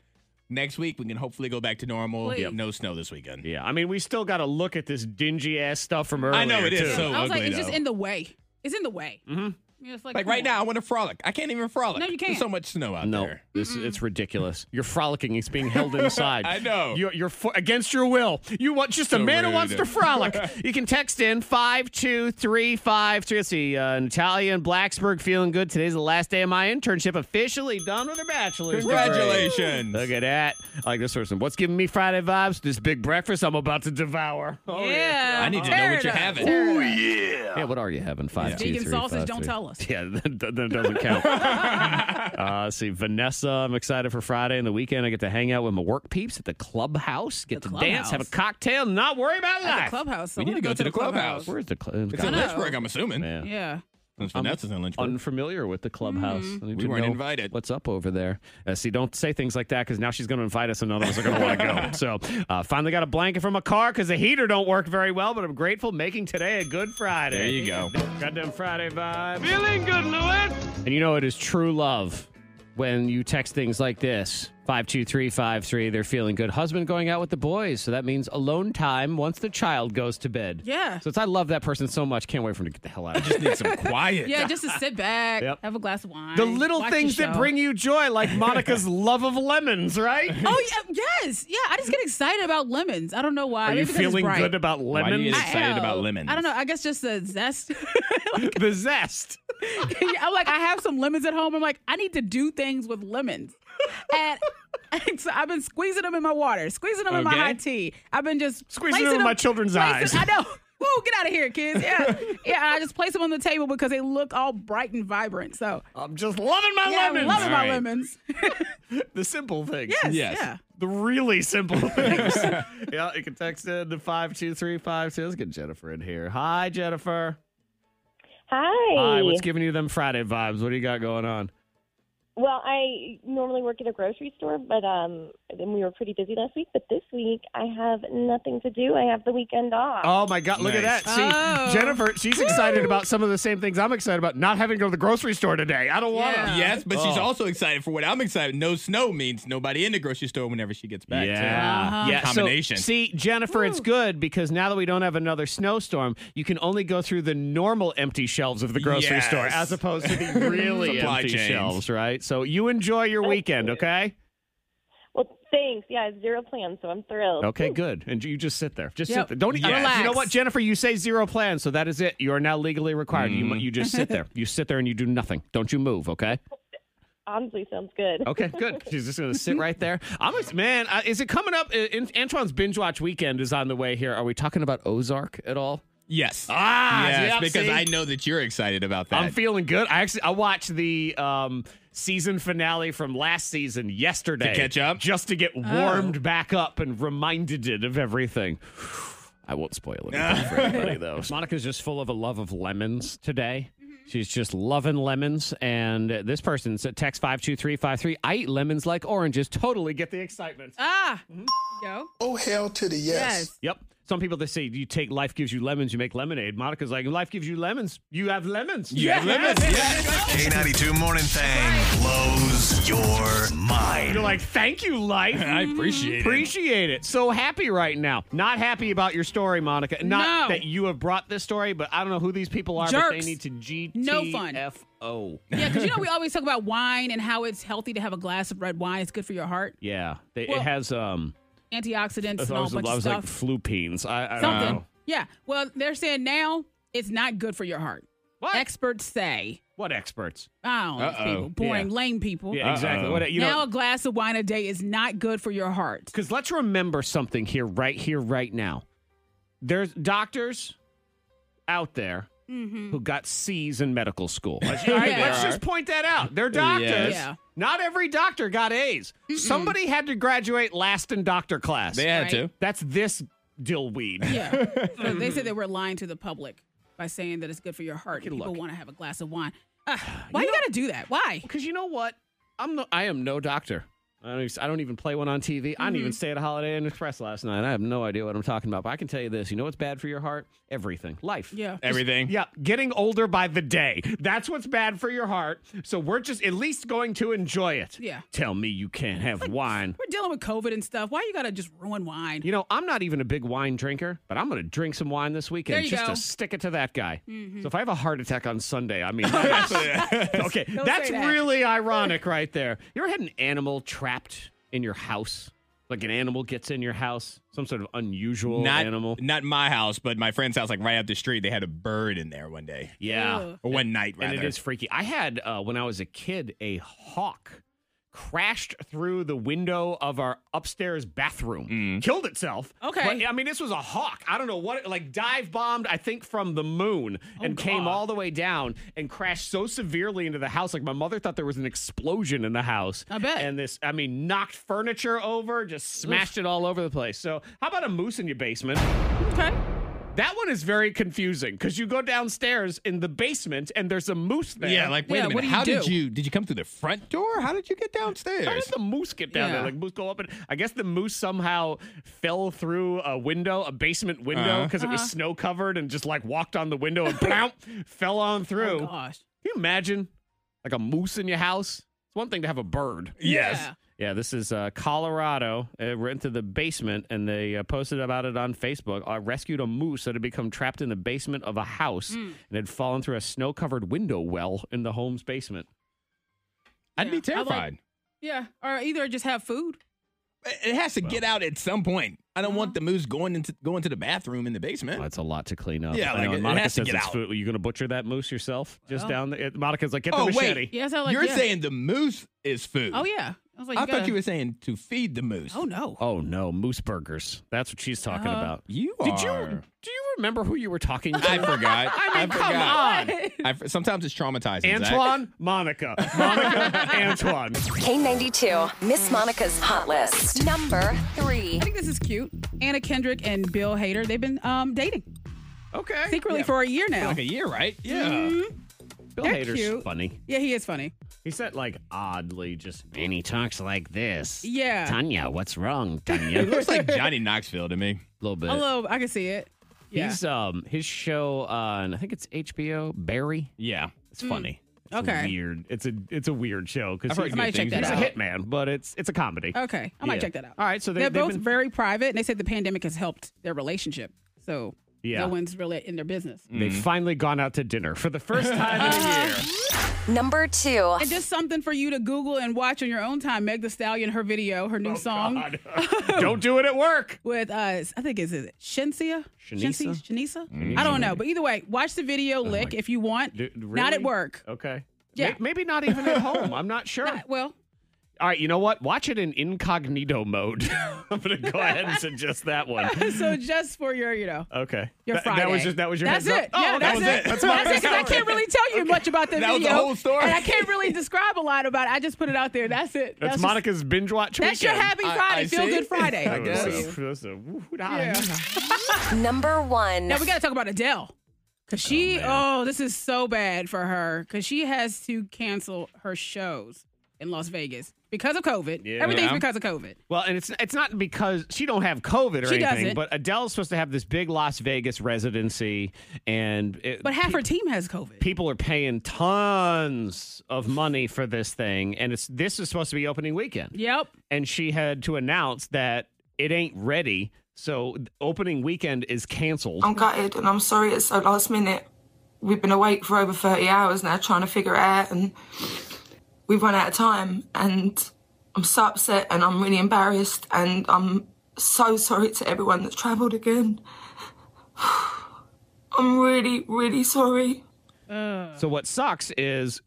[SPEAKER 5] Next week, we can hopefully go back to normal.
[SPEAKER 4] Please.
[SPEAKER 5] No snow this weekend.
[SPEAKER 2] yeah, I mean, we still got to look at this dingy ass stuff from earlier.
[SPEAKER 5] I know it is
[SPEAKER 2] too.
[SPEAKER 5] so
[SPEAKER 4] I was
[SPEAKER 5] ugly
[SPEAKER 4] like, it's
[SPEAKER 5] though.
[SPEAKER 4] just in the way. It's in the way. Mm-hmm. It's like
[SPEAKER 5] like
[SPEAKER 4] come
[SPEAKER 5] right
[SPEAKER 4] on.
[SPEAKER 5] now, I want to frolic. I can't even frolic.
[SPEAKER 4] No, you
[SPEAKER 5] There's
[SPEAKER 4] can't.
[SPEAKER 5] so much snow out
[SPEAKER 2] No,
[SPEAKER 5] there.
[SPEAKER 2] this it's ridiculous. You're frolicking. It's being held inside.
[SPEAKER 5] I know.
[SPEAKER 2] You're, you're for, against your will. You want just a
[SPEAKER 5] So
[SPEAKER 2] man who wants
[SPEAKER 5] rude.
[SPEAKER 2] to frolic. you can text in five two three five two. Let's see, uh, Natalia in Blacksburg feeling good. Today's the last day of my internship. Officially done with her bachelor's. degree.
[SPEAKER 5] Congratulations.
[SPEAKER 2] Look at that. I like this person. What's giving me Friday vibes? This big breakfast I'm about to devour. Oh,
[SPEAKER 4] Yeah.
[SPEAKER 5] I need to know
[SPEAKER 4] Tear
[SPEAKER 5] what
[SPEAKER 4] it
[SPEAKER 5] you're
[SPEAKER 4] up.
[SPEAKER 5] having.
[SPEAKER 4] Tear it up.
[SPEAKER 2] Yeah, what are you having? Five two
[SPEAKER 4] Vegan
[SPEAKER 2] three,
[SPEAKER 4] sausage,
[SPEAKER 2] five,
[SPEAKER 4] don't
[SPEAKER 2] three.
[SPEAKER 4] tell tell us.
[SPEAKER 2] Yeah, that, that- that doesn't count. uh, let's see, Vanessa, I'm excited for Friday and the weekend. I get to hang out with my work peeps at the clubhouse, get to dance,
[SPEAKER 4] clubhouse.
[SPEAKER 2] have a cocktail, and not worry about
[SPEAKER 4] At the
[SPEAKER 2] life.
[SPEAKER 4] clubhouse. So
[SPEAKER 5] We
[SPEAKER 4] I
[SPEAKER 5] need
[SPEAKER 4] wanna
[SPEAKER 5] to go to the clubhouse.
[SPEAKER 2] Where's the club?
[SPEAKER 5] It's in
[SPEAKER 4] know.
[SPEAKER 5] Lynchburg, I'm assuming.
[SPEAKER 2] Yeah.
[SPEAKER 4] Yeah.
[SPEAKER 5] Since Vanessa's in Lynchburg.
[SPEAKER 2] unfamiliar with the clubhouse. I need
[SPEAKER 5] Mm. We
[SPEAKER 2] to
[SPEAKER 5] weren't
[SPEAKER 2] know
[SPEAKER 5] invited.
[SPEAKER 2] What's up over there? Uh, see, don't say things like that because now she's going to invite us and none of us are going to want to go. So, uh, finally got a blanket from a car because the heater don't work very well. But I'm grateful making today a good Friday.
[SPEAKER 5] there you go.
[SPEAKER 2] Goddamn Friday vibe. Feeling good, Lewis. And you know it is true love when you text things like this. 52353, they're feeling good. Husband going out with the boys, so that means alone time once the child goes to bed.
[SPEAKER 4] Yeah.
[SPEAKER 2] So it's, I love that person so much. Can't wait for him to get the hell out of here.
[SPEAKER 5] Need some quiet.
[SPEAKER 4] Yeah, just to sit back,
[SPEAKER 2] Yep.
[SPEAKER 4] have a glass of wine.
[SPEAKER 2] The little
[SPEAKER 4] watch the
[SPEAKER 2] things that
[SPEAKER 4] show.
[SPEAKER 2] bring you joy, like Monica's love of lemons, right?
[SPEAKER 4] Oh yeah, yes, yeah. I just get excited about lemons. I don't know why.
[SPEAKER 2] Are
[SPEAKER 4] Maybe
[SPEAKER 2] you
[SPEAKER 4] because it's
[SPEAKER 2] feeling
[SPEAKER 4] bright.
[SPEAKER 2] good about
[SPEAKER 5] do you
[SPEAKER 2] lemons?
[SPEAKER 5] get excited
[SPEAKER 4] am.
[SPEAKER 5] about lemons?
[SPEAKER 4] I don't know. I guess just the zest. Like,
[SPEAKER 2] the zest.
[SPEAKER 4] I'm like, I have some lemons at home. I'm like, I need to do things with lemons, and. so I've been squeezing them in my water, squeezing them in my
[SPEAKER 5] Okay.
[SPEAKER 4] hot tea. I've been just
[SPEAKER 2] Squeezing
[SPEAKER 4] placing
[SPEAKER 2] them in my children's eyes.
[SPEAKER 4] I know. Woo, get out of here, kids. Yeah, yeah. I just place them on the table because they look all bright and vibrant. So
[SPEAKER 2] I'm just loving my
[SPEAKER 4] yeah,
[SPEAKER 2] lemons.
[SPEAKER 4] I'm loving my
[SPEAKER 5] All right.
[SPEAKER 4] lemons.
[SPEAKER 2] The simple things.
[SPEAKER 4] Yes,
[SPEAKER 5] Yes.
[SPEAKER 4] yeah.
[SPEAKER 2] The really simple things. yeah, you can text in to 52352. Let's get Jennifer in here. Hi, Jennifer.
[SPEAKER 7] Hi.
[SPEAKER 2] Hi, what's giving you them Friday vibes? What do you got going on?
[SPEAKER 7] Well, I normally work at a grocery store, but um, then we were pretty busy last week. But this week, I have nothing to do. I have the weekend off.
[SPEAKER 2] Oh my God! Look at
[SPEAKER 5] Nice.
[SPEAKER 2] that. See,
[SPEAKER 4] Oh.
[SPEAKER 2] Jennifer, she's excited about some of the same things I'm excited about. Not having to go to the grocery store today. I don't want to.
[SPEAKER 4] Yeah.
[SPEAKER 5] Yes, but she's
[SPEAKER 2] Oh.
[SPEAKER 5] also excited for what I'm excited. No snow means nobody in the grocery store whenever she gets back.
[SPEAKER 2] Yeah. Uh-huh.
[SPEAKER 4] Uh-huh.
[SPEAKER 5] too.
[SPEAKER 2] yeah.
[SPEAKER 5] combination.
[SPEAKER 2] So, see, Jennifer, it's good because now that we don't have another snowstorm, you can only go through the normal empty shelves of the grocery
[SPEAKER 5] Yes.
[SPEAKER 2] store as opposed to the really
[SPEAKER 5] Supply
[SPEAKER 2] empty
[SPEAKER 5] chains.
[SPEAKER 2] shelves, right? So you enjoy your
[SPEAKER 4] Oh.
[SPEAKER 2] weekend, okay?
[SPEAKER 7] Well, thanks. Yeah, I have zero plans, so I'm thrilled.
[SPEAKER 2] Okay, good. And you just sit there. Just
[SPEAKER 4] Yep.
[SPEAKER 2] sit there. Don't e-
[SPEAKER 5] Yes.
[SPEAKER 2] You know
[SPEAKER 4] Relax.
[SPEAKER 2] what, Jennifer? You say zero plans, so that is it. You are now legally required. You
[SPEAKER 5] Mm.
[SPEAKER 2] You you just sit there. You sit there and you do nothing. Don't you move, okay?
[SPEAKER 7] Honestly, sounds good.
[SPEAKER 2] Okay, good. She's just gonna sit right there. I'm ex- man. Uh, is it coming up? Uh, in- Antoine's binge watch weekend is on the way here. Are we talking about Ozark at all?
[SPEAKER 5] Yes.
[SPEAKER 2] Ah,
[SPEAKER 5] yes,
[SPEAKER 2] yeah,
[SPEAKER 5] because
[SPEAKER 2] see?
[SPEAKER 5] I know that you're excited about that.
[SPEAKER 2] I'm feeling good. I actually I watched the um, season finale from last season yesterday
[SPEAKER 5] To catch up?
[SPEAKER 2] just to Oh. get warmed back up and reminded it of everything. I won't spoil anything for anybody though. Monica's just full of a love of lemons today. She's just loving lemons, and this person said text five two three five three. I eat lemons like oranges. Totally get the excitement.
[SPEAKER 4] Ah, go.
[SPEAKER 10] Oh, hell to the yes.
[SPEAKER 4] Yes.
[SPEAKER 2] Yep. Some people they say you take life gives you lemons, you make lemonade. Monica's like life gives you lemons, you have lemons.
[SPEAKER 5] You have lemons.
[SPEAKER 1] K92 Morning Thang blows your
[SPEAKER 2] You're
[SPEAKER 1] mind.
[SPEAKER 2] like, thank you, life.
[SPEAKER 5] I appreciate it.
[SPEAKER 2] Appreciate it. So happy right now. Not happy about your story, Monica. Not
[SPEAKER 4] No.
[SPEAKER 2] that you have brought this story, but I don't know who these people are, but they
[SPEAKER 4] Jerks.
[SPEAKER 2] need to GTFO.
[SPEAKER 4] No fun. Yeah, because you know we always talk about wine and how it's healthy to have a glass of red wine. It's good for your heart,
[SPEAKER 2] Yeah. They, it
[SPEAKER 4] Well,
[SPEAKER 2] has um
[SPEAKER 4] antioxidants, and
[SPEAKER 2] I
[SPEAKER 4] all
[SPEAKER 2] was,
[SPEAKER 4] bunch
[SPEAKER 2] I
[SPEAKER 4] of
[SPEAKER 2] was like
[SPEAKER 4] stuff.
[SPEAKER 2] flupines. I, I don't
[SPEAKER 4] Something.
[SPEAKER 2] know.
[SPEAKER 4] Yeah. Well, they're saying now it's not good for your heart.
[SPEAKER 2] What?
[SPEAKER 4] Experts say.
[SPEAKER 2] what experts?
[SPEAKER 4] I don't know these
[SPEAKER 5] Uh-oh.
[SPEAKER 4] people. Boring,
[SPEAKER 2] Yeah.
[SPEAKER 4] lame people.
[SPEAKER 2] Yeah, exactly.
[SPEAKER 5] Uh-oh.
[SPEAKER 2] What you
[SPEAKER 4] now
[SPEAKER 2] know
[SPEAKER 4] a glass of wine a day is not good for your heart.
[SPEAKER 2] Because let's remember something here, right here, right now. There's doctors out there
[SPEAKER 4] Mm-hmm.
[SPEAKER 2] who got C's in medical school. All right,
[SPEAKER 4] Yeah.
[SPEAKER 2] let's
[SPEAKER 5] There
[SPEAKER 2] just
[SPEAKER 5] are.
[SPEAKER 2] point that out. They're doctors.
[SPEAKER 5] Yes.
[SPEAKER 4] Yeah.
[SPEAKER 2] Not every doctor got A's. Somebody had to graduate last in doctor class.
[SPEAKER 5] They had
[SPEAKER 4] Right.
[SPEAKER 5] to.
[SPEAKER 2] That's this dillweed.
[SPEAKER 4] Yeah. So they said they were lying to the public by saying that it's good for your heart.
[SPEAKER 2] Look at
[SPEAKER 4] and People
[SPEAKER 2] look.
[SPEAKER 4] want to have a glass of wine. Ah, why you, gotta do that? Why?
[SPEAKER 2] Because you know what? I'm no, I am no doctor. I don't, even, I don't even play one on TV. I
[SPEAKER 4] Mm-hmm.
[SPEAKER 2] didn't even stay at a Holiday Inn Express last night. I have no idea what I'm talking about. But I can tell you this. You know what's bad for your heart? Everything. Life.
[SPEAKER 4] Yeah.
[SPEAKER 5] Everything.
[SPEAKER 2] Yeah, getting older by the day. That's what's bad for your heart. So we're just at least going to enjoy it.
[SPEAKER 4] Yeah.
[SPEAKER 2] Tell me you can't have wine.
[SPEAKER 4] We're dealing with COVID and stuff. Why you gotta just ruin wine?
[SPEAKER 2] You know, I'm not even a big wine drinker, but I'm going to drink some wine this
[SPEAKER 4] There
[SPEAKER 2] weekend
[SPEAKER 4] you
[SPEAKER 2] just
[SPEAKER 4] go. Mm-hmm.
[SPEAKER 2] to stick it to that guy. So if I have a heart attack on Sunday, I mean, that's, okay, that's
[SPEAKER 4] say that.
[SPEAKER 2] really ironic right there. You ever had an animal trapped in your house? Like an animal gets in your house, some sort of unusual
[SPEAKER 5] Not
[SPEAKER 2] animal.
[SPEAKER 5] not my house, but my friend's house, like right up the street. They had a bird in there one day
[SPEAKER 2] Yeah.
[SPEAKER 4] Ew.
[SPEAKER 5] or one night, rather.
[SPEAKER 2] And it is freaky. I had uh, when I was a kid a hawk crashed through the window of our upstairs bathroom,
[SPEAKER 5] Mm.
[SPEAKER 2] killed itself.
[SPEAKER 4] Okay.
[SPEAKER 2] But, I mean, this was a hawk. I don't know what, it- like, dive bombed, I think, from the moon
[SPEAKER 4] Oh,
[SPEAKER 2] and came all the way down and crashed so severely into the house. Like, my mother thought there was an explosion in the house.
[SPEAKER 4] I bet.
[SPEAKER 2] And this, I mean, knocked furniture over, just smashed it all over the place. So, how about a moose in your basement?
[SPEAKER 4] Okay.
[SPEAKER 2] That one is very confusing because you go downstairs in the basement and there's a moose there.
[SPEAKER 5] Yeah, like wait
[SPEAKER 4] Yeah,
[SPEAKER 5] a
[SPEAKER 4] what
[SPEAKER 5] minute.
[SPEAKER 4] do you
[SPEAKER 5] How did
[SPEAKER 4] do?
[SPEAKER 5] you did you come through the front door? How did you get
[SPEAKER 2] How did
[SPEAKER 5] downstairs?
[SPEAKER 2] the moose get down there?
[SPEAKER 4] Yeah.
[SPEAKER 2] Like moose go up and I guess the moose somehow fell through a window, a basement window,
[SPEAKER 5] Uh-huh.
[SPEAKER 2] because it was snow covered and just like walked on the window and bounce, fell on through.
[SPEAKER 4] Oh,
[SPEAKER 2] Can
[SPEAKER 4] gosh.
[SPEAKER 2] you imagine like a moose in your house? It's one thing to have a bird.
[SPEAKER 4] Yeah.
[SPEAKER 2] Yeah, this is uh, Colorado. Uh, we're into the basement, and they uh, posted about it on Facebook. I rescued a moose that had become trapped in the basement of a house and had fallen through a snow-covered window well in the home's basement.
[SPEAKER 5] I'd
[SPEAKER 4] Yeah, I
[SPEAKER 5] be
[SPEAKER 4] like-
[SPEAKER 5] terrified.
[SPEAKER 4] Yeah. Or either just have food.
[SPEAKER 5] It- it has to get out at some point. I don't
[SPEAKER 4] Uh-huh.
[SPEAKER 5] want the moose going into going to the bathroom in the basement.
[SPEAKER 2] Well, that's a lot to clean up.
[SPEAKER 5] Yeah,
[SPEAKER 2] I
[SPEAKER 5] like,
[SPEAKER 2] know, and
[SPEAKER 5] it
[SPEAKER 2] Monica
[SPEAKER 5] has to
[SPEAKER 2] says
[SPEAKER 5] get
[SPEAKER 2] it's
[SPEAKER 5] out.
[SPEAKER 2] food. Are you going to butcher that moose yourself? Just
[SPEAKER 4] Well.
[SPEAKER 2] down there. Monica's like, get the
[SPEAKER 5] Oh, wait.
[SPEAKER 2] machete.
[SPEAKER 4] Yeah. So like,
[SPEAKER 5] You're
[SPEAKER 4] yeah.
[SPEAKER 5] saying the moose is food.
[SPEAKER 4] Oh, yeah. I was like,
[SPEAKER 5] I thought
[SPEAKER 4] gotta-
[SPEAKER 5] you were saying to feed the moose.
[SPEAKER 4] Oh, no.
[SPEAKER 2] Oh no, moose burgers. That's what she's talking
[SPEAKER 4] Uh-huh.
[SPEAKER 2] about.
[SPEAKER 5] You
[SPEAKER 2] Did you
[SPEAKER 5] are-
[SPEAKER 2] do you remember who you were talking to?
[SPEAKER 5] I forgot.
[SPEAKER 2] I mean, come
[SPEAKER 5] forgot.
[SPEAKER 2] on.
[SPEAKER 5] I f- sometimes it's traumatizing. Zach.
[SPEAKER 2] Antoine, Monica, Monica, Antoine.
[SPEAKER 6] K92, Miss Monica's hot list. Number three.
[SPEAKER 4] I think this is cute. Anna Kendrick and Bill Hader, they've been um, dating
[SPEAKER 2] Okay,
[SPEAKER 4] secretly
[SPEAKER 5] Yeah.
[SPEAKER 4] for a year now.
[SPEAKER 5] Like a year, right? Yeah.
[SPEAKER 2] Bill
[SPEAKER 4] They're
[SPEAKER 2] Hader's
[SPEAKER 4] cute.
[SPEAKER 2] funny.
[SPEAKER 4] Yeah, he is funny.
[SPEAKER 2] He said like oddly, just and he talks like this.
[SPEAKER 4] Yeah.
[SPEAKER 2] Tanya, what's wrong, Tanya?
[SPEAKER 5] It looks like Johnny Knoxville to me.
[SPEAKER 2] little bit.
[SPEAKER 4] Although I can see it. Yeah.
[SPEAKER 2] He's um his show on I think it's HBO Barry.
[SPEAKER 5] Yeah.
[SPEAKER 2] It's funny. It's a
[SPEAKER 4] Okay.
[SPEAKER 2] weird. It's a it's a weird show because
[SPEAKER 5] I've heard
[SPEAKER 2] he's,
[SPEAKER 5] good
[SPEAKER 4] Somebody check
[SPEAKER 5] things
[SPEAKER 4] that
[SPEAKER 2] he's a
[SPEAKER 5] about it.
[SPEAKER 2] hitman, but it's it's a comedy.
[SPEAKER 4] okay. I might
[SPEAKER 2] Yeah.
[SPEAKER 4] check that out.
[SPEAKER 2] All right, so they-
[SPEAKER 4] are
[SPEAKER 2] they've
[SPEAKER 4] both
[SPEAKER 2] been-
[SPEAKER 4] very private, and they said the pandemic has helped their relationship. So
[SPEAKER 2] Yeah. Mm.
[SPEAKER 4] no one's really in their business.
[SPEAKER 2] They've finally gone out to dinner for the first time in a year.
[SPEAKER 6] Number two.
[SPEAKER 4] And just something for you to Google and watch on your own time. Meg The Stallion, her video, her new song
[SPEAKER 2] Oh, God.
[SPEAKER 4] Oh.
[SPEAKER 2] Don't do it at work.
[SPEAKER 4] with uh, I think is it Shensia,
[SPEAKER 2] Shanisa?
[SPEAKER 4] Shensi- Shanisa.
[SPEAKER 2] Mm-hmm.
[SPEAKER 4] I don't know, but either way, watch the video lick if you want.
[SPEAKER 2] Oh, D-
[SPEAKER 4] Not
[SPEAKER 2] really?
[SPEAKER 4] at work.
[SPEAKER 2] Okay.
[SPEAKER 4] Yeah.
[SPEAKER 2] May- Maybe not even at home. I'm not sure.
[SPEAKER 4] Not- well,
[SPEAKER 2] All right, you know what? Watch it in incognito mode. I'm going to go ahead and suggest that one.
[SPEAKER 4] so just for your, you know.
[SPEAKER 2] Okay.
[SPEAKER 4] Your
[SPEAKER 2] That-
[SPEAKER 4] Friday.
[SPEAKER 2] That was just that was your
[SPEAKER 4] That's
[SPEAKER 2] heads
[SPEAKER 4] it.
[SPEAKER 2] up? Oh,
[SPEAKER 4] yeah,
[SPEAKER 2] that
[SPEAKER 4] that's
[SPEAKER 2] was
[SPEAKER 4] it.
[SPEAKER 2] That's my
[SPEAKER 4] that's it. 'cause I can't really tell you much about that,
[SPEAKER 5] That was the
[SPEAKER 4] video.
[SPEAKER 5] whole story.
[SPEAKER 4] And I can't really describe a lot about it. I just put it out there. That's it.
[SPEAKER 2] That's,
[SPEAKER 4] just-
[SPEAKER 2] Monica's binge watch
[SPEAKER 4] That's your
[SPEAKER 2] weekend.
[SPEAKER 4] happy
[SPEAKER 5] I-
[SPEAKER 4] Friday.
[SPEAKER 5] I
[SPEAKER 4] Feel
[SPEAKER 5] see.
[SPEAKER 4] good Friday.
[SPEAKER 5] I guess
[SPEAKER 4] For
[SPEAKER 5] so.
[SPEAKER 4] you.
[SPEAKER 2] That's a woo-da.
[SPEAKER 6] Number one.
[SPEAKER 4] Now we got to talk about Adele. Cause she, oh, this is so bad for her. Cause she has to cancel her shows in Las Vegas because of COVID.
[SPEAKER 2] Yeah.
[SPEAKER 4] Everything's
[SPEAKER 5] Yeah.
[SPEAKER 4] because of COVID.
[SPEAKER 2] Well, and it's it's not because she don't have COVID or
[SPEAKER 4] She
[SPEAKER 2] anything,
[SPEAKER 4] doesn't.
[SPEAKER 2] but Adele's supposed to have this big Las Vegas residency, and it,
[SPEAKER 4] But half her team has COVID.
[SPEAKER 2] people are paying tons of money for this thing, and it's this is supposed to be opening weekend,
[SPEAKER 4] yep.
[SPEAKER 2] and she had to announce that it ain't ready, so th- opening weekend is canceled.
[SPEAKER 4] Um,
[SPEAKER 10] I'm gutted and I'm sorry it's so last minute. We've been awake for over 30 hours now trying to figure it out and we've run out of time and I'm so upset and I'm really embarrassed and I'm so sorry to everyone that's travelled again. I'm really, really sorry.
[SPEAKER 2] So what sucks is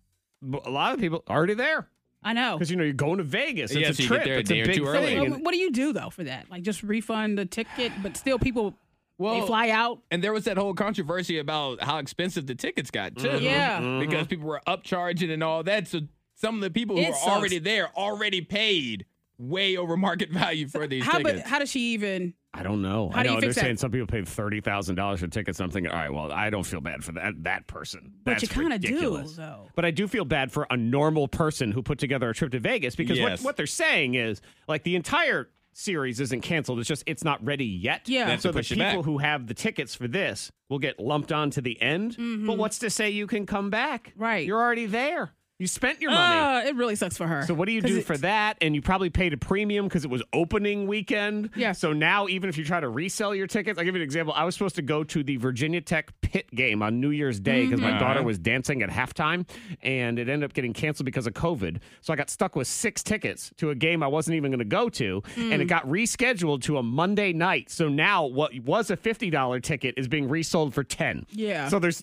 [SPEAKER 2] b- a lot of people are already there
[SPEAKER 4] I know.
[SPEAKER 2] because you know you're going to Vegas. It's
[SPEAKER 5] Yeah,
[SPEAKER 2] a
[SPEAKER 5] so you get
[SPEAKER 2] trip.
[SPEAKER 5] there a
[SPEAKER 2] it's a
[SPEAKER 5] day or
[SPEAKER 2] big
[SPEAKER 5] two early.
[SPEAKER 2] thing.
[SPEAKER 4] Well, what do you do though for that? Like just refund the ticket, but still people they
[SPEAKER 5] Well,
[SPEAKER 4] fly out.
[SPEAKER 5] And there was that whole controversy about how expensive the tickets got too.
[SPEAKER 4] Yeah. Mhm.
[SPEAKER 5] Because people were upcharging and all that. So some of the people who
[SPEAKER 4] It
[SPEAKER 5] were
[SPEAKER 4] sucks.
[SPEAKER 5] already there already paid way over market value for these
[SPEAKER 4] How but
[SPEAKER 5] tickets.
[SPEAKER 4] how does she even?
[SPEAKER 2] I don't know.
[SPEAKER 4] How
[SPEAKER 2] I
[SPEAKER 4] do
[SPEAKER 2] know
[SPEAKER 4] you
[SPEAKER 2] they're
[SPEAKER 4] fix that?
[SPEAKER 2] saying some people paid thirty thousand dollars for tickets. I'm thinking, all right, well, I don't feel bad for that that person.
[SPEAKER 4] But you
[SPEAKER 2] kind
[SPEAKER 4] kinda
[SPEAKER 2] of
[SPEAKER 4] do, though.
[SPEAKER 2] But I do feel bad for a normal person who put together a trip to Vegas because
[SPEAKER 5] Yes.
[SPEAKER 2] what what they're saying is like the entire series isn't canceled. It's just it's not ready yet.
[SPEAKER 4] Yeah. They have
[SPEAKER 5] to
[SPEAKER 2] So the
[SPEAKER 5] push it
[SPEAKER 2] people
[SPEAKER 5] back.
[SPEAKER 2] who have the tickets for this will get lumped on to the end. But what's to say you can come back?
[SPEAKER 4] Mm-hmm. Right.
[SPEAKER 2] You're already there. You spent your money.
[SPEAKER 4] Uh, it really sucks for her.
[SPEAKER 2] So what do you
[SPEAKER 4] 'Cause
[SPEAKER 2] do
[SPEAKER 4] it-
[SPEAKER 2] for that? And you probably paid a premium because it was opening weekend.
[SPEAKER 4] Yeah.
[SPEAKER 2] So now even if you try to resell your tickets, I'll give you an example. I was supposed to go to the Virginia Tech Pitt game on New Year's Day because my
[SPEAKER 4] Mm-hmm. Uh-huh.
[SPEAKER 2] daughter was dancing at halftime, and it ended up getting canceled because of COVID. So I got stuck with six tickets to a game I wasn't even going to go to,
[SPEAKER 4] Mm.
[SPEAKER 2] and it got rescheduled to a Monday night. So now what was a fifty dollar ticket is being resold for ten.
[SPEAKER 4] Yeah.
[SPEAKER 2] So there's.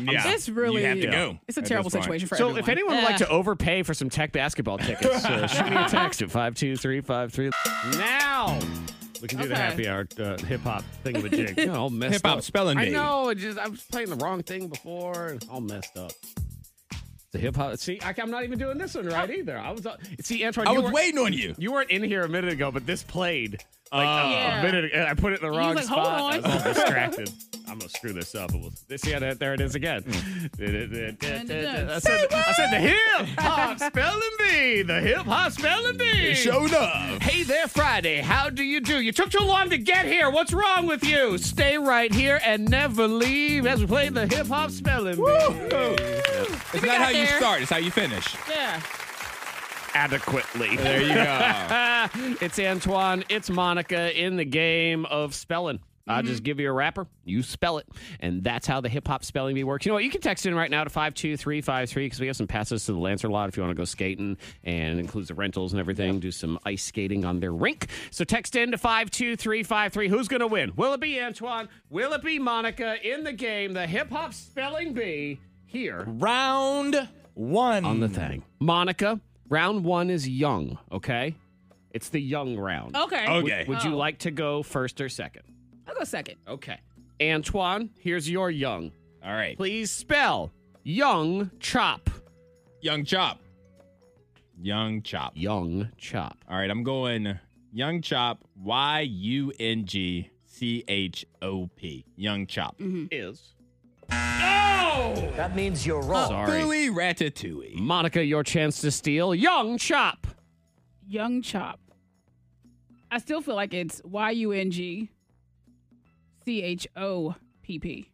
[SPEAKER 2] Yeah.
[SPEAKER 4] It's really It's a terrible situation for
[SPEAKER 2] so
[SPEAKER 4] everyone.
[SPEAKER 2] if anyone would like
[SPEAKER 4] Ugh.
[SPEAKER 2] to overpay for some tech basketball tickets, uh, shoot me a text at 52353. Now! We can do the
[SPEAKER 4] Okay.
[SPEAKER 2] happy hour uh, hip hop thing of a jig. all messed
[SPEAKER 5] Hip-hop
[SPEAKER 2] up.
[SPEAKER 5] spelling
[SPEAKER 2] I
[SPEAKER 5] bee.
[SPEAKER 2] know. it Just I was playing the wrong thing before. and All messed up. The hip hop. See, I, I'm not even doing this one right either. I was. Uh, see, Antoine,
[SPEAKER 5] I
[SPEAKER 2] you
[SPEAKER 5] was
[SPEAKER 2] weren't-
[SPEAKER 5] waiting on you.
[SPEAKER 2] You weren't in here a minute ago, but this played like
[SPEAKER 5] Oh.
[SPEAKER 2] a,
[SPEAKER 5] Yeah.
[SPEAKER 2] a minute. ago. I put it in the
[SPEAKER 5] You
[SPEAKER 2] wrong
[SPEAKER 5] was like,
[SPEAKER 2] spot.
[SPEAKER 5] "Hold
[SPEAKER 2] I
[SPEAKER 5] on."
[SPEAKER 2] was all distracted. I'm gonna screw this up. It was, see, yeah, there it is again.
[SPEAKER 5] Mm.
[SPEAKER 2] I said, I said the hip hop spelling bee. The hip hop spelling bee.
[SPEAKER 5] It showed up.
[SPEAKER 2] Hey there, Friday. How do you do? You took too long to get here. What's wrong with you? Stay right here and never leave as we play the hip hop spelling bee.
[SPEAKER 5] It's not how you start, it's how you finish.
[SPEAKER 4] Yeah.
[SPEAKER 2] adequately.
[SPEAKER 5] There you
[SPEAKER 2] go. it's Antoine, it's Monica in the game of spelling. I just give you a rapper, you spell it, and that's how the hip hop spelling bee works. You know what? You can text in right now to five two three five three because we have some passes to the Lancer lot if you want to go skating, and it includes the rentals and everything. Do some ice skating on their rink. So text in to five two three five three. Who's gonna win? Will it be Antoine? Will it be Monica in the game? The hip hop spelling bee here.
[SPEAKER 5] Round one.
[SPEAKER 2] On the thing. Monica, round one is young, okay? It's the young round.
[SPEAKER 4] Uh, Okay. Okay.
[SPEAKER 2] Would, would you
[SPEAKER 4] Oh.
[SPEAKER 2] like to go first or second?
[SPEAKER 4] I'll go second.
[SPEAKER 2] Okay. Antoine, here's your young.
[SPEAKER 5] All right.
[SPEAKER 2] Please spell young chop.
[SPEAKER 5] Young chop. Young chop.
[SPEAKER 2] Young chop.
[SPEAKER 5] All right, I'm going young chop. Y U N G C H O P. Young chop.
[SPEAKER 2] Mm-hmm. Is.
[SPEAKER 5] Oh! That means you're
[SPEAKER 2] wrong. Sorry.
[SPEAKER 5] Fully ratatouille.
[SPEAKER 2] Monica, your chance to steal young chop.
[SPEAKER 4] Young Chop. I still feel like it's Y U N G C H O P P.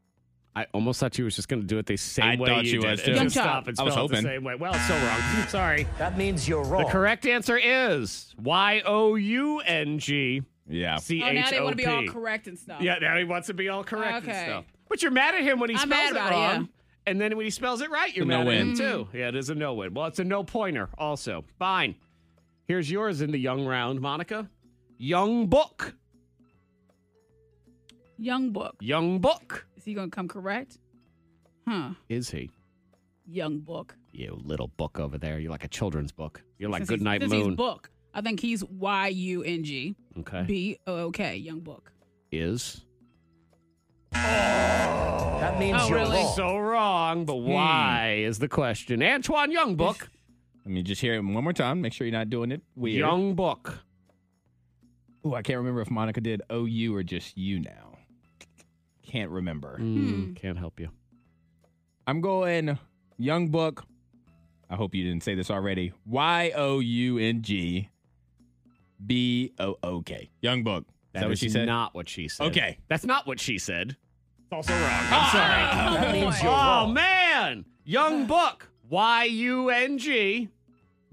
[SPEAKER 2] I almost thought you was just going to do it the same
[SPEAKER 5] I
[SPEAKER 2] way
[SPEAKER 5] thought
[SPEAKER 2] you
[SPEAKER 5] you
[SPEAKER 2] did
[SPEAKER 5] was
[SPEAKER 2] it.
[SPEAKER 5] too.
[SPEAKER 2] Just
[SPEAKER 5] Young chop.
[SPEAKER 2] stop and
[SPEAKER 5] I
[SPEAKER 2] spell
[SPEAKER 5] was
[SPEAKER 2] it the
[SPEAKER 5] hoping.
[SPEAKER 2] same way. Well, it's so wrong. Sorry.
[SPEAKER 11] That means you're
[SPEAKER 2] The correct answer is Y O U N G
[SPEAKER 5] Yeah.
[SPEAKER 2] C
[SPEAKER 4] Oh, now
[SPEAKER 2] H
[SPEAKER 4] they
[SPEAKER 2] O
[SPEAKER 4] want to be all
[SPEAKER 2] P.
[SPEAKER 4] correct and stuff.
[SPEAKER 2] Yeah, now he wants to be all correct
[SPEAKER 4] Oh. Okay.
[SPEAKER 2] and stuff. But you're mad at him when he
[SPEAKER 4] I'm
[SPEAKER 2] spells
[SPEAKER 4] mad about
[SPEAKER 2] it
[SPEAKER 4] Mm-hmm. it,
[SPEAKER 2] wrong.
[SPEAKER 4] yeah.
[SPEAKER 2] And then when he spells it right, you're
[SPEAKER 5] a
[SPEAKER 2] mad at him
[SPEAKER 5] no-win.
[SPEAKER 2] too. Yeah, it is a no win. Well, it's a no pointer also. Fine. Here's yours in the young round, Monica. Young book.
[SPEAKER 4] Young Book.
[SPEAKER 2] Young book.
[SPEAKER 4] Is he going to come correct? Huh.
[SPEAKER 2] Is he?
[SPEAKER 4] Young Book.
[SPEAKER 2] You little book over there. You're like a children's book. You're like
[SPEAKER 4] Since he's-
[SPEAKER 2] Goodnight
[SPEAKER 4] since
[SPEAKER 2] Moon.
[SPEAKER 4] He's book. I think he's Y U N G
[SPEAKER 2] okay.
[SPEAKER 4] B O O K. Young Book.
[SPEAKER 2] is.
[SPEAKER 11] That
[SPEAKER 4] means Oh, you're really? Hmm. wrong.
[SPEAKER 2] So wrong, but why is the question? Antoine Young book.
[SPEAKER 5] Let me just hear it one more time. Make sure you're not doing it weird.
[SPEAKER 2] Young book.
[SPEAKER 5] Oh, I can't remember if Monica did OU or just you now. Can't remember.
[SPEAKER 2] Mm.
[SPEAKER 4] Hmm.
[SPEAKER 2] Can't help you.
[SPEAKER 5] I'm going Young Book. I hope you didn't say this already. Y O U N G B O O K. Young Book. Is that, what
[SPEAKER 2] is
[SPEAKER 5] she said?
[SPEAKER 2] Not what she said.
[SPEAKER 5] Okay.
[SPEAKER 2] That's not what she said. It's also wrong. I'm sorry.
[SPEAKER 11] That means
[SPEAKER 2] oh man, Young Book. Y U N G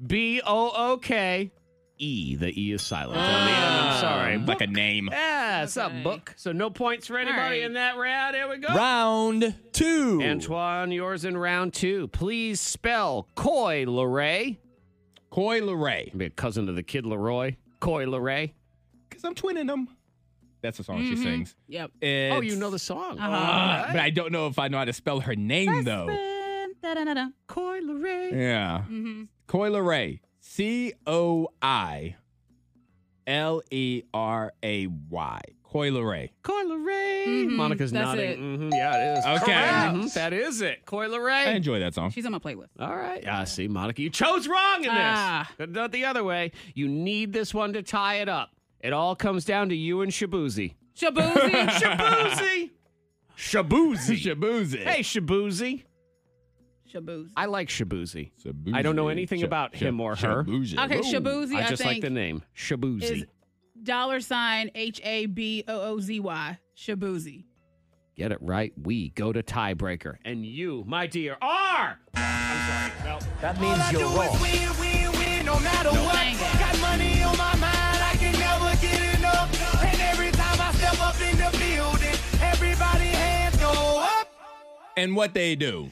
[SPEAKER 2] B O O K E. The E is silent. on the end.
[SPEAKER 5] Ah.
[SPEAKER 2] I'm sorry.
[SPEAKER 5] Like a
[SPEAKER 2] Book.
[SPEAKER 5] name.
[SPEAKER 2] Yeah, it's a book. So no points for anybody
[SPEAKER 4] right.
[SPEAKER 2] in that round. Here we go.
[SPEAKER 5] Round two.
[SPEAKER 2] Antoine, yours in round two. Please spell Coy Leray.
[SPEAKER 5] Coy Leray.
[SPEAKER 2] Be a cousin to the kid Leroy. Coy Leray.
[SPEAKER 5] Because I'm twinning them. That's the song she sings.
[SPEAKER 4] Yep.
[SPEAKER 2] Mm-hmm. Oh,
[SPEAKER 5] It's-
[SPEAKER 2] you know the song.
[SPEAKER 5] Uh, but I don't know if I know how to spell her name, though.
[SPEAKER 4] Da-da-da-da.
[SPEAKER 2] Coy Leray.
[SPEAKER 5] Yeah.
[SPEAKER 4] Mhm.
[SPEAKER 5] Coy Leray. C O I L E R A Y. Coy Leray.
[SPEAKER 2] Coy Leray. Monica's
[SPEAKER 4] that's
[SPEAKER 2] nodding.
[SPEAKER 4] it.
[SPEAKER 2] Mhm, Yeah, Mm-hmm. it is.
[SPEAKER 5] Okay.
[SPEAKER 2] Correct. Mhm, That is it. Coy Leray.
[SPEAKER 5] I enjoy that song.
[SPEAKER 4] She's on my playlist.
[SPEAKER 2] All right. I see, Monica. You chose wrong in this.
[SPEAKER 4] Ah.
[SPEAKER 2] Could have done it the other way. You need this one to tie it up. It all comes down to you and Shaboozy.
[SPEAKER 4] Shaboozy.
[SPEAKER 2] Shaboozy. Shaboozy.
[SPEAKER 5] Shaboozy.
[SPEAKER 2] hey, Shaboozy.
[SPEAKER 4] Shaboozy.
[SPEAKER 2] I like Shaboozy.
[SPEAKER 5] Shaboozy.
[SPEAKER 2] I don't know anything about him or her.
[SPEAKER 5] Shaboozy.
[SPEAKER 4] Okay,
[SPEAKER 5] Ooh.
[SPEAKER 4] Shaboozy.
[SPEAKER 2] I
[SPEAKER 4] I
[SPEAKER 2] just like
[SPEAKER 4] think
[SPEAKER 2] the name Shaboozy.
[SPEAKER 4] is dollar sign H A B O O Z Y. Shaboozy.
[SPEAKER 2] Get it right. We go to tiebreaker, and you, my dear, are. I'm sorry. No.
[SPEAKER 11] That means you're wrong.
[SPEAKER 4] Dang it.
[SPEAKER 5] And what they do.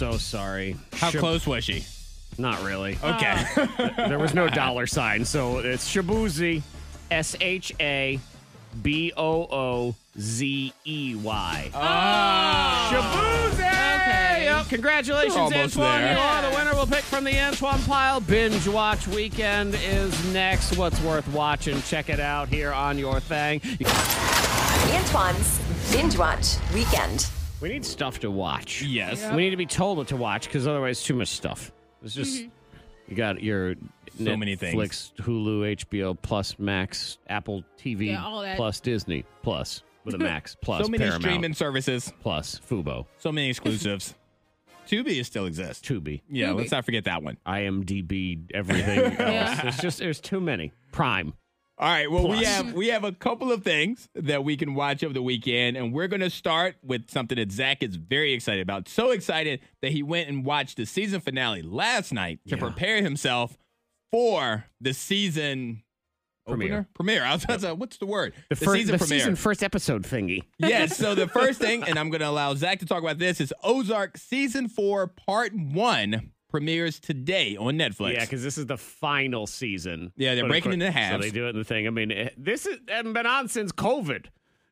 [SPEAKER 2] Oh my sorry.
[SPEAKER 5] How close was she?
[SPEAKER 2] Not really.
[SPEAKER 5] Ah. Okay.
[SPEAKER 2] there was no dollar sign, so it's Shabuzi, S H A B O O Z E Y. Shabuzi! Okay. Yep. Congratulations,
[SPEAKER 5] Oh. Almost
[SPEAKER 2] Antoine.
[SPEAKER 5] there.
[SPEAKER 2] You are the winner. We'll pick from the Antoine pile. Binge watch weekend is next. What's worth watching? Check it out here on your thing.
[SPEAKER 6] Antoine's Binge Watch Weekend.
[SPEAKER 2] We need stuff to watch.
[SPEAKER 5] Yes. Yep.
[SPEAKER 2] We need to be told what to watch because otherwise, too much stuff. It's just
[SPEAKER 4] Mm-hmm.
[SPEAKER 2] you got your
[SPEAKER 5] So many things.
[SPEAKER 2] Netflix, Hulu, HBO Plus, Max, Apple TV
[SPEAKER 4] Yeah, all that.
[SPEAKER 2] Plus, Disney Plus with a Max Plus,
[SPEAKER 5] so many
[SPEAKER 2] Paramount
[SPEAKER 5] streaming services.
[SPEAKER 2] Plus, Fubo,
[SPEAKER 5] So many exclusives. Tubi still exists.
[SPEAKER 2] Tubi,
[SPEAKER 5] Yeah,
[SPEAKER 4] Tubi.
[SPEAKER 5] let's not forget that one.
[SPEAKER 2] IMDb, everything else.
[SPEAKER 4] Yeah.
[SPEAKER 2] There's just there's too many. Prime.
[SPEAKER 5] All right. Well, we
[SPEAKER 2] Plus.
[SPEAKER 5] have we have a couple of things that we can watch over the weekend, and we're gonna start with something that Zach is very excited about. So excited that he went and watched the season finale last night to
[SPEAKER 2] Yeah.
[SPEAKER 5] prepare himself for the season
[SPEAKER 2] Premiere.
[SPEAKER 5] opener? Premiere. I was, I was like, what's the word?
[SPEAKER 2] The, first the season first episode thingy.
[SPEAKER 5] yes. So the first thing, and I'm going to allow Zach to talk about this, is Ozark season four, part one, premieres today on Netflix.
[SPEAKER 2] Yeah, because this is the final season.
[SPEAKER 5] Yeah, they're
[SPEAKER 2] But of cour-
[SPEAKER 5] breaking it into
[SPEAKER 2] So
[SPEAKER 5] halves.
[SPEAKER 2] they do it in the thing. I mean, it- this is, hasn't been on since COVID.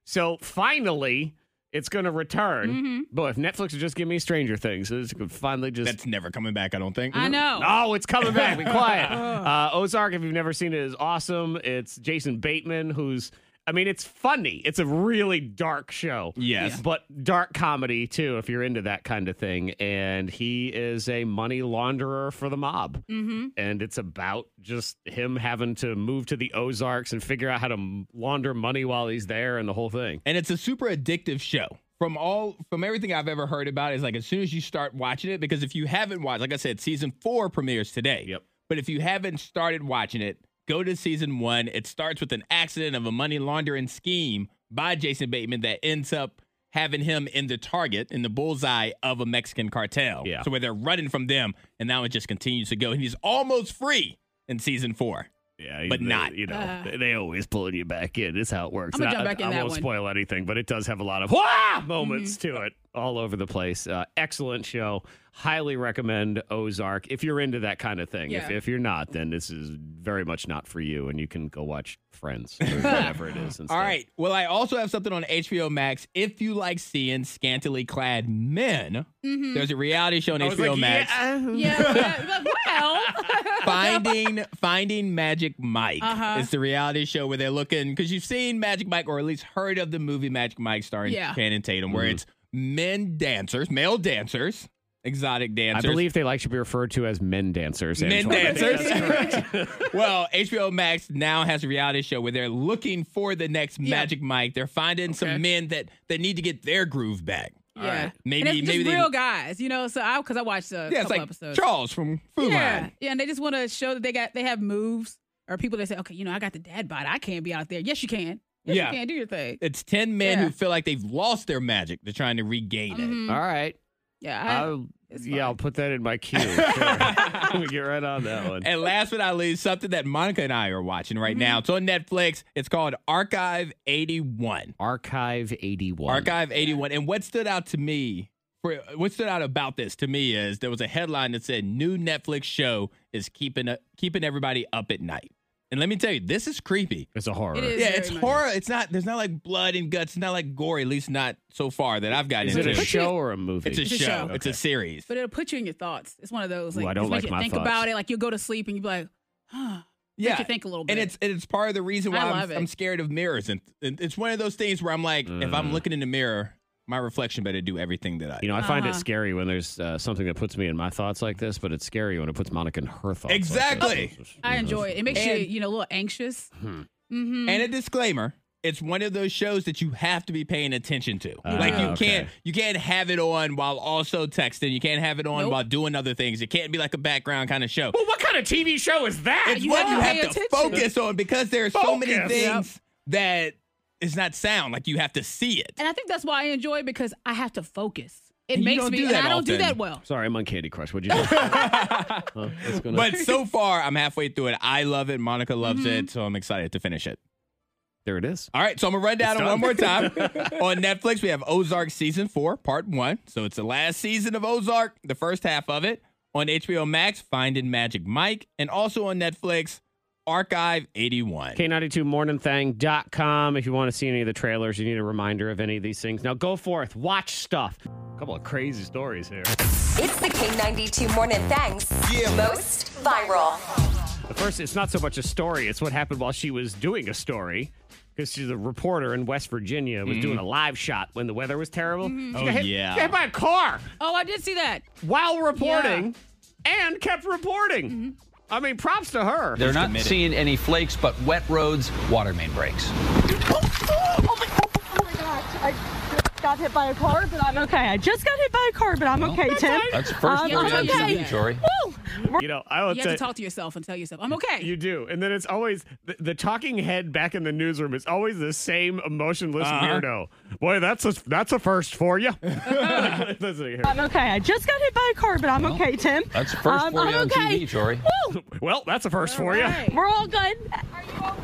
[SPEAKER 2] So finally, it's going to return. But if Netflix would just give me Stranger Things, it's gonna finally just.
[SPEAKER 5] that's never coming back. I don't think.
[SPEAKER 4] I know.
[SPEAKER 2] Oh, it's coming back. Be quiet. Uh, Ozark, if you've never seen it, is awesome. It's Jason Bateman, who's, I mean, it's funny. It's a really dark show.
[SPEAKER 5] Yes. Yeah.
[SPEAKER 2] But dark comedy, too, if you're into that kind of thing. And he is a money launderer for the mob. Mm-hmm. And it's about just him having to move to the Ozarks and figure out how to m- launder money while he's there and the whole thing.
[SPEAKER 5] and it's a super addictive show from all from everything i've ever heard about is like as soon as you start watching it because if you haven't watched like i said season four premieres today
[SPEAKER 2] Yep.
[SPEAKER 5] but if you haven't started watching it go to season one it starts with an accident of a money laundering scheme by jason bateman that ends up having him in the target in the bullseye of a mexican cartel
[SPEAKER 2] Yeah.
[SPEAKER 5] so where they're running from them and now it just continues to go and he's almost free in season four
[SPEAKER 2] Yeah,
[SPEAKER 5] but
[SPEAKER 2] they-
[SPEAKER 5] not.
[SPEAKER 2] You know,
[SPEAKER 4] Ah.
[SPEAKER 2] they, they always pulling you back in. It's how it works.
[SPEAKER 4] I'm gonna
[SPEAKER 2] And
[SPEAKER 4] jump
[SPEAKER 2] I,
[SPEAKER 4] back in
[SPEAKER 2] I
[SPEAKER 4] that
[SPEAKER 2] won't
[SPEAKER 4] one. Mm-hmm.
[SPEAKER 2] spoil anything, but it does have a lot of wah moments to it, all over the place. Uh, excellent show. Highly recommend Ozark if you're into that kind of thing. If,
[SPEAKER 4] Yeah.
[SPEAKER 2] if you're not, then this is very much not for you, and you can go watch Friends or whatever it is. Instead.
[SPEAKER 5] All right. Well, I also have something on HBO Max. If you like seeing scantily clad men,
[SPEAKER 4] Hmm.
[SPEAKER 5] there's a reality show on
[SPEAKER 2] I was
[SPEAKER 5] HBO
[SPEAKER 2] like,
[SPEAKER 5] Max,
[SPEAKER 2] yeah, uh,
[SPEAKER 4] Yeah. yeah, but- well.
[SPEAKER 5] Finding Finding Magic Mike.
[SPEAKER 4] Uh-huh.
[SPEAKER 5] It's the reality show where they're looking because you've seen Magic Mike or at least heard of the movie Magic Mike starring
[SPEAKER 4] Yeah.
[SPEAKER 5] Channing Tatum,
[SPEAKER 2] Mm-hmm.
[SPEAKER 5] where it's men dancers, male dancers, exotic
[SPEAKER 2] I
[SPEAKER 5] dancers.
[SPEAKER 2] believe they like to be referred to as men dancers.
[SPEAKER 5] Men
[SPEAKER 2] Antoine. I think
[SPEAKER 5] dancers.
[SPEAKER 2] that's correct.
[SPEAKER 5] well, HBO Max now has a reality show where they're looking for the next
[SPEAKER 4] Yeah.
[SPEAKER 5] Magic Mike. They're finding some men that that need to get their groove back.
[SPEAKER 4] Yeah. and
[SPEAKER 5] Maybe-
[SPEAKER 4] it's
[SPEAKER 5] maybe
[SPEAKER 4] just
[SPEAKER 5] they-
[SPEAKER 4] real guys, you know. So I because I watched a
[SPEAKER 5] Yeah, it's
[SPEAKER 4] couple
[SPEAKER 5] like
[SPEAKER 4] episodes.
[SPEAKER 5] Charles from Food
[SPEAKER 4] yeah,
[SPEAKER 5] Line.
[SPEAKER 4] yeah, and they just want to show that they got they have moves or people that say, okay, you know, I got the dad bod, I can't be out there. Yes, you can. Yes,
[SPEAKER 5] Yeah.
[SPEAKER 4] you can do your thing.
[SPEAKER 5] It's ten men
[SPEAKER 4] Yeah.
[SPEAKER 5] who feel like they've lost their magic. They're trying to regain
[SPEAKER 4] Mhm.
[SPEAKER 2] All right.
[SPEAKER 4] Yeah,
[SPEAKER 2] I'll,
[SPEAKER 4] it's
[SPEAKER 2] yeah, I'll
[SPEAKER 4] fine.
[SPEAKER 2] put that in my queue. Sure. Get right on that one.
[SPEAKER 5] it. And last but not least, something that Monica and I are watching
[SPEAKER 4] Mm-hmm.
[SPEAKER 5] right now. It's on Netflix. It's called Archive 81.
[SPEAKER 2] Archive 81.
[SPEAKER 5] Archive 81. And what stood out to me, for what stood out about this to me is there was a headline that said new Netflix show is keeping keeping everybody up at night. And let me tell you, this is creepy.
[SPEAKER 2] It's a horror.
[SPEAKER 4] It is.
[SPEAKER 5] yeah,
[SPEAKER 4] very
[SPEAKER 5] it's
[SPEAKER 4] much.
[SPEAKER 5] horror. It's not. There's not like blood and guts. It's not like gory. At least not so far that I've gotten
[SPEAKER 2] Is it
[SPEAKER 5] into.
[SPEAKER 2] a show or a movie?
[SPEAKER 5] It's a
[SPEAKER 4] a
[SPEAKER 5] show.
[SPEAKER 4] show.
[SPEAKER 5] It's a series.
[SPEAKER 4] but it'll put you in your thoughts. It's one of those.
[SPEAKER 2] Ooh,
[SPEAKER 4] Like,
[SPEAKER 2] I don't
[SPEAKER 4] just make
[SPEAKER 2] like
[SPEAKER 4] you
[SPEAKER 2] my
[SPEAKER 4] think
[SPEAKER 2] thoughts.
[SPEAKER 4] about it. Like you'll go to sleep and you'll be like, huh.
[SPEAKER 5] yeah,
[SPEAKER 4] Make you think a little bit.
[SPEAKER 5] And it's and it's part of the reason why
[SPEAKER 4] I
[SPEAKER 5] I'm,
[SPEAKER 4] love it.
[SPEAKER 5] I'm scared of mirrors. And, and it's one of those things where I'm like, if I'm looking in the mirror, my reflection better do everything that I.
[SPEAKER 2] You know, I find it
[SPEAKER 4] Uh-huh.
[SPEAKER 2] scary when there's uh, something that puts me in my thoughts like this, but it's scary when it puts Monica in her thoughts. like this.
[SPEAKER 5] Exactly.
[SPEAKER 2] It's just-
[SPEAKER 4] I enjoy it. It makes you
[SPEAKER 5] And-
[SPEAKER 4] you know a little anxious. Mm-hmm.
[SPEAKER 5] and a disclaimer. It's one of those shows that you have to be paying attention to.
[SPEAKER 2] Ah,
[SPEAKER 5] like you
[SPEAKER 2] okay.
[SPEAKER 5] can't you can't have it on while also texting. You can't have it on
[SPEAKER 4] Nope.
[SPEAKER 5] while doing other things. It can't be like a background kind of show.
[SPEAKER 2] Well, what kind of TV show is that?
[SPEAKER 5] It's
[SPEAKER 4] you
[SPEAKER 5] what
[SPEAKER 4] have
[SPEAKER 5] you
[SPEAKER 4] to
[SPEAKER 5] have
[SPEAKER 4] pay
[SPEAKER 5] to
[SPEAKER 4] attention.
[SPEAKER 5] focus on because there are so many
[SPEAKER 2] Focus.
[SPEAKER 5] things that is not sound. Like you have to see it.
[SPEAKER 4] And I think that's why I enjoy it because I have to focus. It
[SPEAKER 5] And you
[SPEAKER 4] makes
[SPEAKER 5] don't
[SPEAKER 4] me,
[SPEAKER 5] do
[SPEAKER 4] and
[SPEAKER 5] that
[SPEAKER 4] I don't do
[SPEAKER 5] often.
[SPEAKER 4] that well.
[SPEAKER 2] Sorry, I'm on Candy Crush. What'd you do? Huh? What's going on?
[SPEAKER 4] Mm-hmm.
[SPEAKER 5] But so far, I'm halfway through it. I love it. Monica loves it. So I'm excited to finish it.
[SPEAKER 2] There it is.
[SPEAKER 5] All right, so I'm gonna run down
[SPEAKER 2] It's
[SPEAKER 5] it one more time.
[SPEAKER 2] done.
[SPEAKER 5] On Netflix, we have Ozark season four, part one. So it's the last season of Ozark, the first half of it. On HBO Max, Finding Magic Mike, and also on Netflix, Archive 81.
[SPEAKER 2] K92morningthang.com. If you want to see any of the trailers, you need a reminder of any of these things. Now go forth, watch stuff. A couple of crazy stories here.
[SPEAKER 6] It's the K92 Morning Thangs most viral.
[SPEAKER 2] The first, it's not so much a story, it's what happened while she was doing a story. Because she's a reporter in West Virginia, was
[SPEAKER 5] Mhm.
[SPEAKER 2] doing a live shot when the weather was terrible. She
[SPEAKER 5] Oh,
[SPEAKER 2] got hit-
[SPEAKER 5] yeah.
[SPEAKER 2] got hit by a car
[SPEAKER 4] Oh, I did see that.
[SPEAKER 2] while reporting and kept reporting. I mean, props to her.
[SPEAKER 12] They're not seeing any flakes, but wet roads, water main breaks.
[SPEAKER 13] Oh my gosh, I just got hit by a car, but I'm okay. I just got hit by a car, but I'm okay, Tim.
[SPEAKER 12] That's the
[SPEAKER 4] Uh,
[SPEAKER 12] first
[SPEAKER 13] Um,
[SPEAKER 12] word
[SPEAKER 13] I'm
[SPEAKER 12] I've
[SPEAKER 13] okay.
[SPEAKER 12] seen, Jory.
[SPEAKER 2] You know, I would
[SPEAKER 4] You have
[SPEAKER 2] say
[SPEAKER 4] to talk to yourself and tell yourself, I'm okay.
[SPEAKER 2] you do, and then it's always the, the talking head back in the newsroom is always the same emotionless
[SPEAKER 13] Uh-huh.
[SPEAKER 2] weirdo. Boy, that's a that's a first for you. Listen here.
[SPEAKER 13] I'm okay. I just got hit by a car, but I'm okay, Tim.
[SPEAKER 2] that's the
[SPEAKER 5] Um,
[SPEAKER 2] first for
[SPEAKER 13] I'm
[SPEAKER 2] you on
[SPEAKER 13] okay.
[SPEAKER 2] TV, Jory.
[SPEAKER 13] Woo!
[SPEAKER 2] Well, that's a first for you.
[SPEAKER 13] We're all good.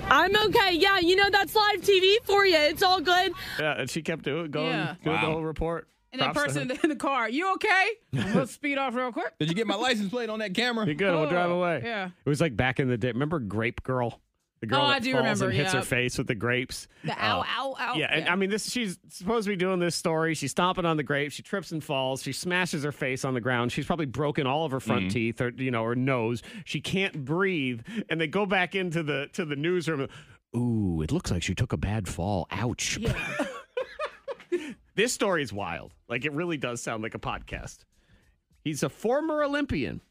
[SPEAKER 13] I'm okay. Yeah, you know that's live TV for you. It's all good.
[SPEAKER 2] Yeah, and she kept doing going
[SPEAKER 4] Yeah.
[SPEAKER 2] doing the
[SPEAKER 5] Wow.
[SPEAKER 2] whole report.
[SPEAKER 4] And that
[SPEAKER 2] Props to her.
[SPEAKER 4] person in the car, you okay? We'll speed off real quick.
[SPEAKER 5] Did you get my license plate on that camera?
[SPEAKER 2] You good? We'll drive
[SPEAKER 4] Oh,
[SPEAKER 2] away.
[SPEAKER 4] yeah.
[SPEAKER 2] It was like back in the day. Remember Grape Girl? The girl
[SPEAKER 4] Oh,
[SPEAKER 2] that
[SPEAKER 4] I do
[SPEAKER 2] falls
[SPEAKER 4] remember,
[SPEAKER 2] and hits
[SPEAKER 4] yeah.
[SPEAKER 2] her face with the grapes.
[SPEAKER 4] The
[SPEAKER 2] Uh,
[SPEAKER 4] ow, ow, ow.
[SPEAKER 2] Yeah, and I mean, this she's supposed to be doing this story. She's stomping on the grape. She trips and falls. She smashes her face on the ground. She's probably broken all of her front
[SPEAKER 5] Mhm.
[SPEAKER 2] teeth, or you know, her nose. She can't breathe. And they go back into the to the newsroom. Ooh, it looks like she took a bad fall. Ouch. this story is wild. Like it really does sound like a podcast. He's a former Olympian.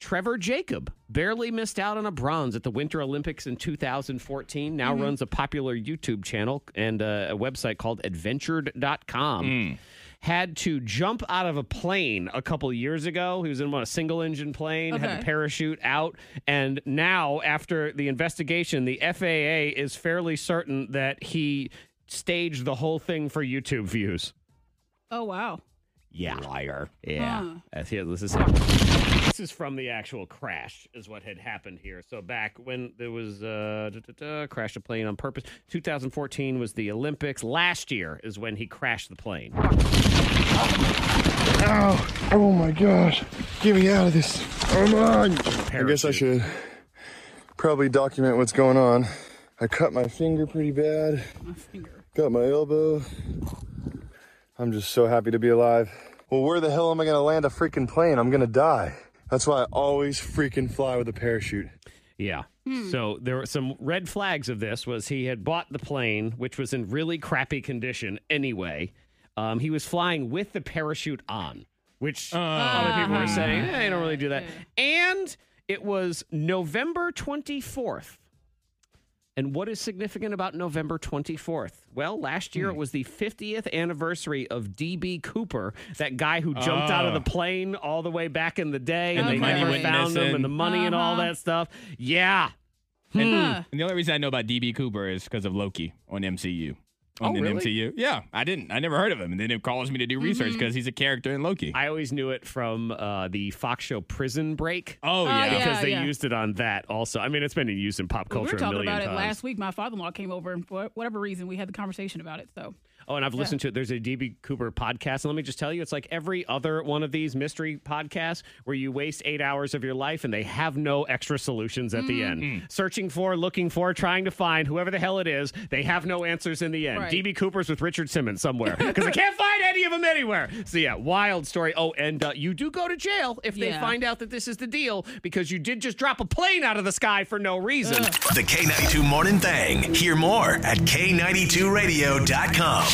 [SPEAKER 2] Trevor Jacob barely missed out on a bronze at the Winter Olympics in 2014. Now runs a popular YouTube channel and uh, a website called adventured.com. Had to jump out of a plane a couple years ago. He was in one a single engine plane, had
[SPEAKER 14] Okay.
[SPEAKER 2] a parachute out, and now after the investigation, the FAA is fairly certain that he staged the whole thing for YouTube views.
[SPEAKER 4] Oh, wow.
[SPEAKER 2] Yeah. Liar.
[SPEAKER 4] Huh.
[SPEAKER 2] Yeah. That's yeah, this is This is from the actual crash is what had happened here. So back when there was uh da, da, da, crashed a plane on purpose. 2014 was the Olympics. Last year is when he crashed the plane.
[SPEAKER 15] Ow. Oh my gosh. Get me out of this. Come on. I guess I should probably document what's going on. I cut my finger pretty bad. Got my elbow. I'm just so happy to be alive. Well, where the hell am I going to land a freaking plane? I'm going to die. That's why I always freaking fly with a parachute.
[SPEAKER 2] Yeah. So there were some red flags of this was he had bought the plane, which was in really crappy condition anyway. Um, he was flying with the parachute on, which other people were saying, eh, you don't really do that. And it was November 24th. And what is significant about November 24th? Well, last
[SPEAKER 5] Hmm.
[SPEAKER 2] year it was the 50th anniversary of DB Cooper, that guy who jumped out of
[SPEAKER 5] Oh.
[SPEAKER 2] the plane all the way back in the day
[SPEAKER 5] And
[SPEAKER 2] and,
[SPEAKER 5] the
[SPEAKER 2] they
[SPEAKER 5] money
[SPEAKER 2] never
[SPEAKER 5] went
[SPEAKER 2] found him
[SPEAKER 5] missing.
[SPEAKER 2] and the money and
[SPEAKER 4] Uh-huh.
[SPEAKER 2] all that stuff. Yeah.
[SPEAKER 5] And,
[SPEAKER 2] Hmm.
[SPEAKER 5] and the only reason I know about DB Cooper is because of Loki on MCU. On
[SPEAKER 2] Oh,
[SPEAKER 5] the
[SPEAKER 2] really?
[SPEAKER 5] MCU. Yeah, I didn't. I never heard of him. And then it caused me to do research
[SPEAKER 2] Mhm.
[SPEAKER 5] because he's a character in Loki.
[SPEAKER 2] I always knew it from uh, the Fox show Prison Break.
[SPEAKER 5] Oh, yeah. yeah,
[SPEAKER 2] because they
[SPEAKER 4] yeah.
[SPEAKER 2] used it on that also. I mean, it's been in use in pop
[SPEAKER 4] We were
[SPEAKER 2] culture a
[SPEAKER 4] talking
[SPEAKER 2] million
[SPEAKER 4] about it
[SPEAKER 2] times.
[SPEAKER 4] last week. My father-in-law came over, and for whatever reason, we had the conversation about it. So,
[SPEAKER 2] Oh, and I've
[SPEAKER 4] Yeah.
[SPEAKER 2] listened to it. There's a DB Cooper podcast. And let me just tell you, it's like every other one of these mystery podcasts where you waste eight hours of your life and they have no extra solutions at the end. Searching for, looking for, trying to find whoever the hell it is, they have no answers in the end.
[SPEAKER 5] Right.
[SPEAKER 2] DB Cooper's with Richard Simmons somewhere because I can't find any of them anywhere. So, yeah, wild story. Oh, and uh, you do go to jail if they
[SPEAKER 1] Yeah.
[SPEAKER 2] find out that this is the deal because you did just drop a plane out of the sky for no reason.
[SPEAKER 1] The K92 Morning Thang. Hear more at K92Radio.com.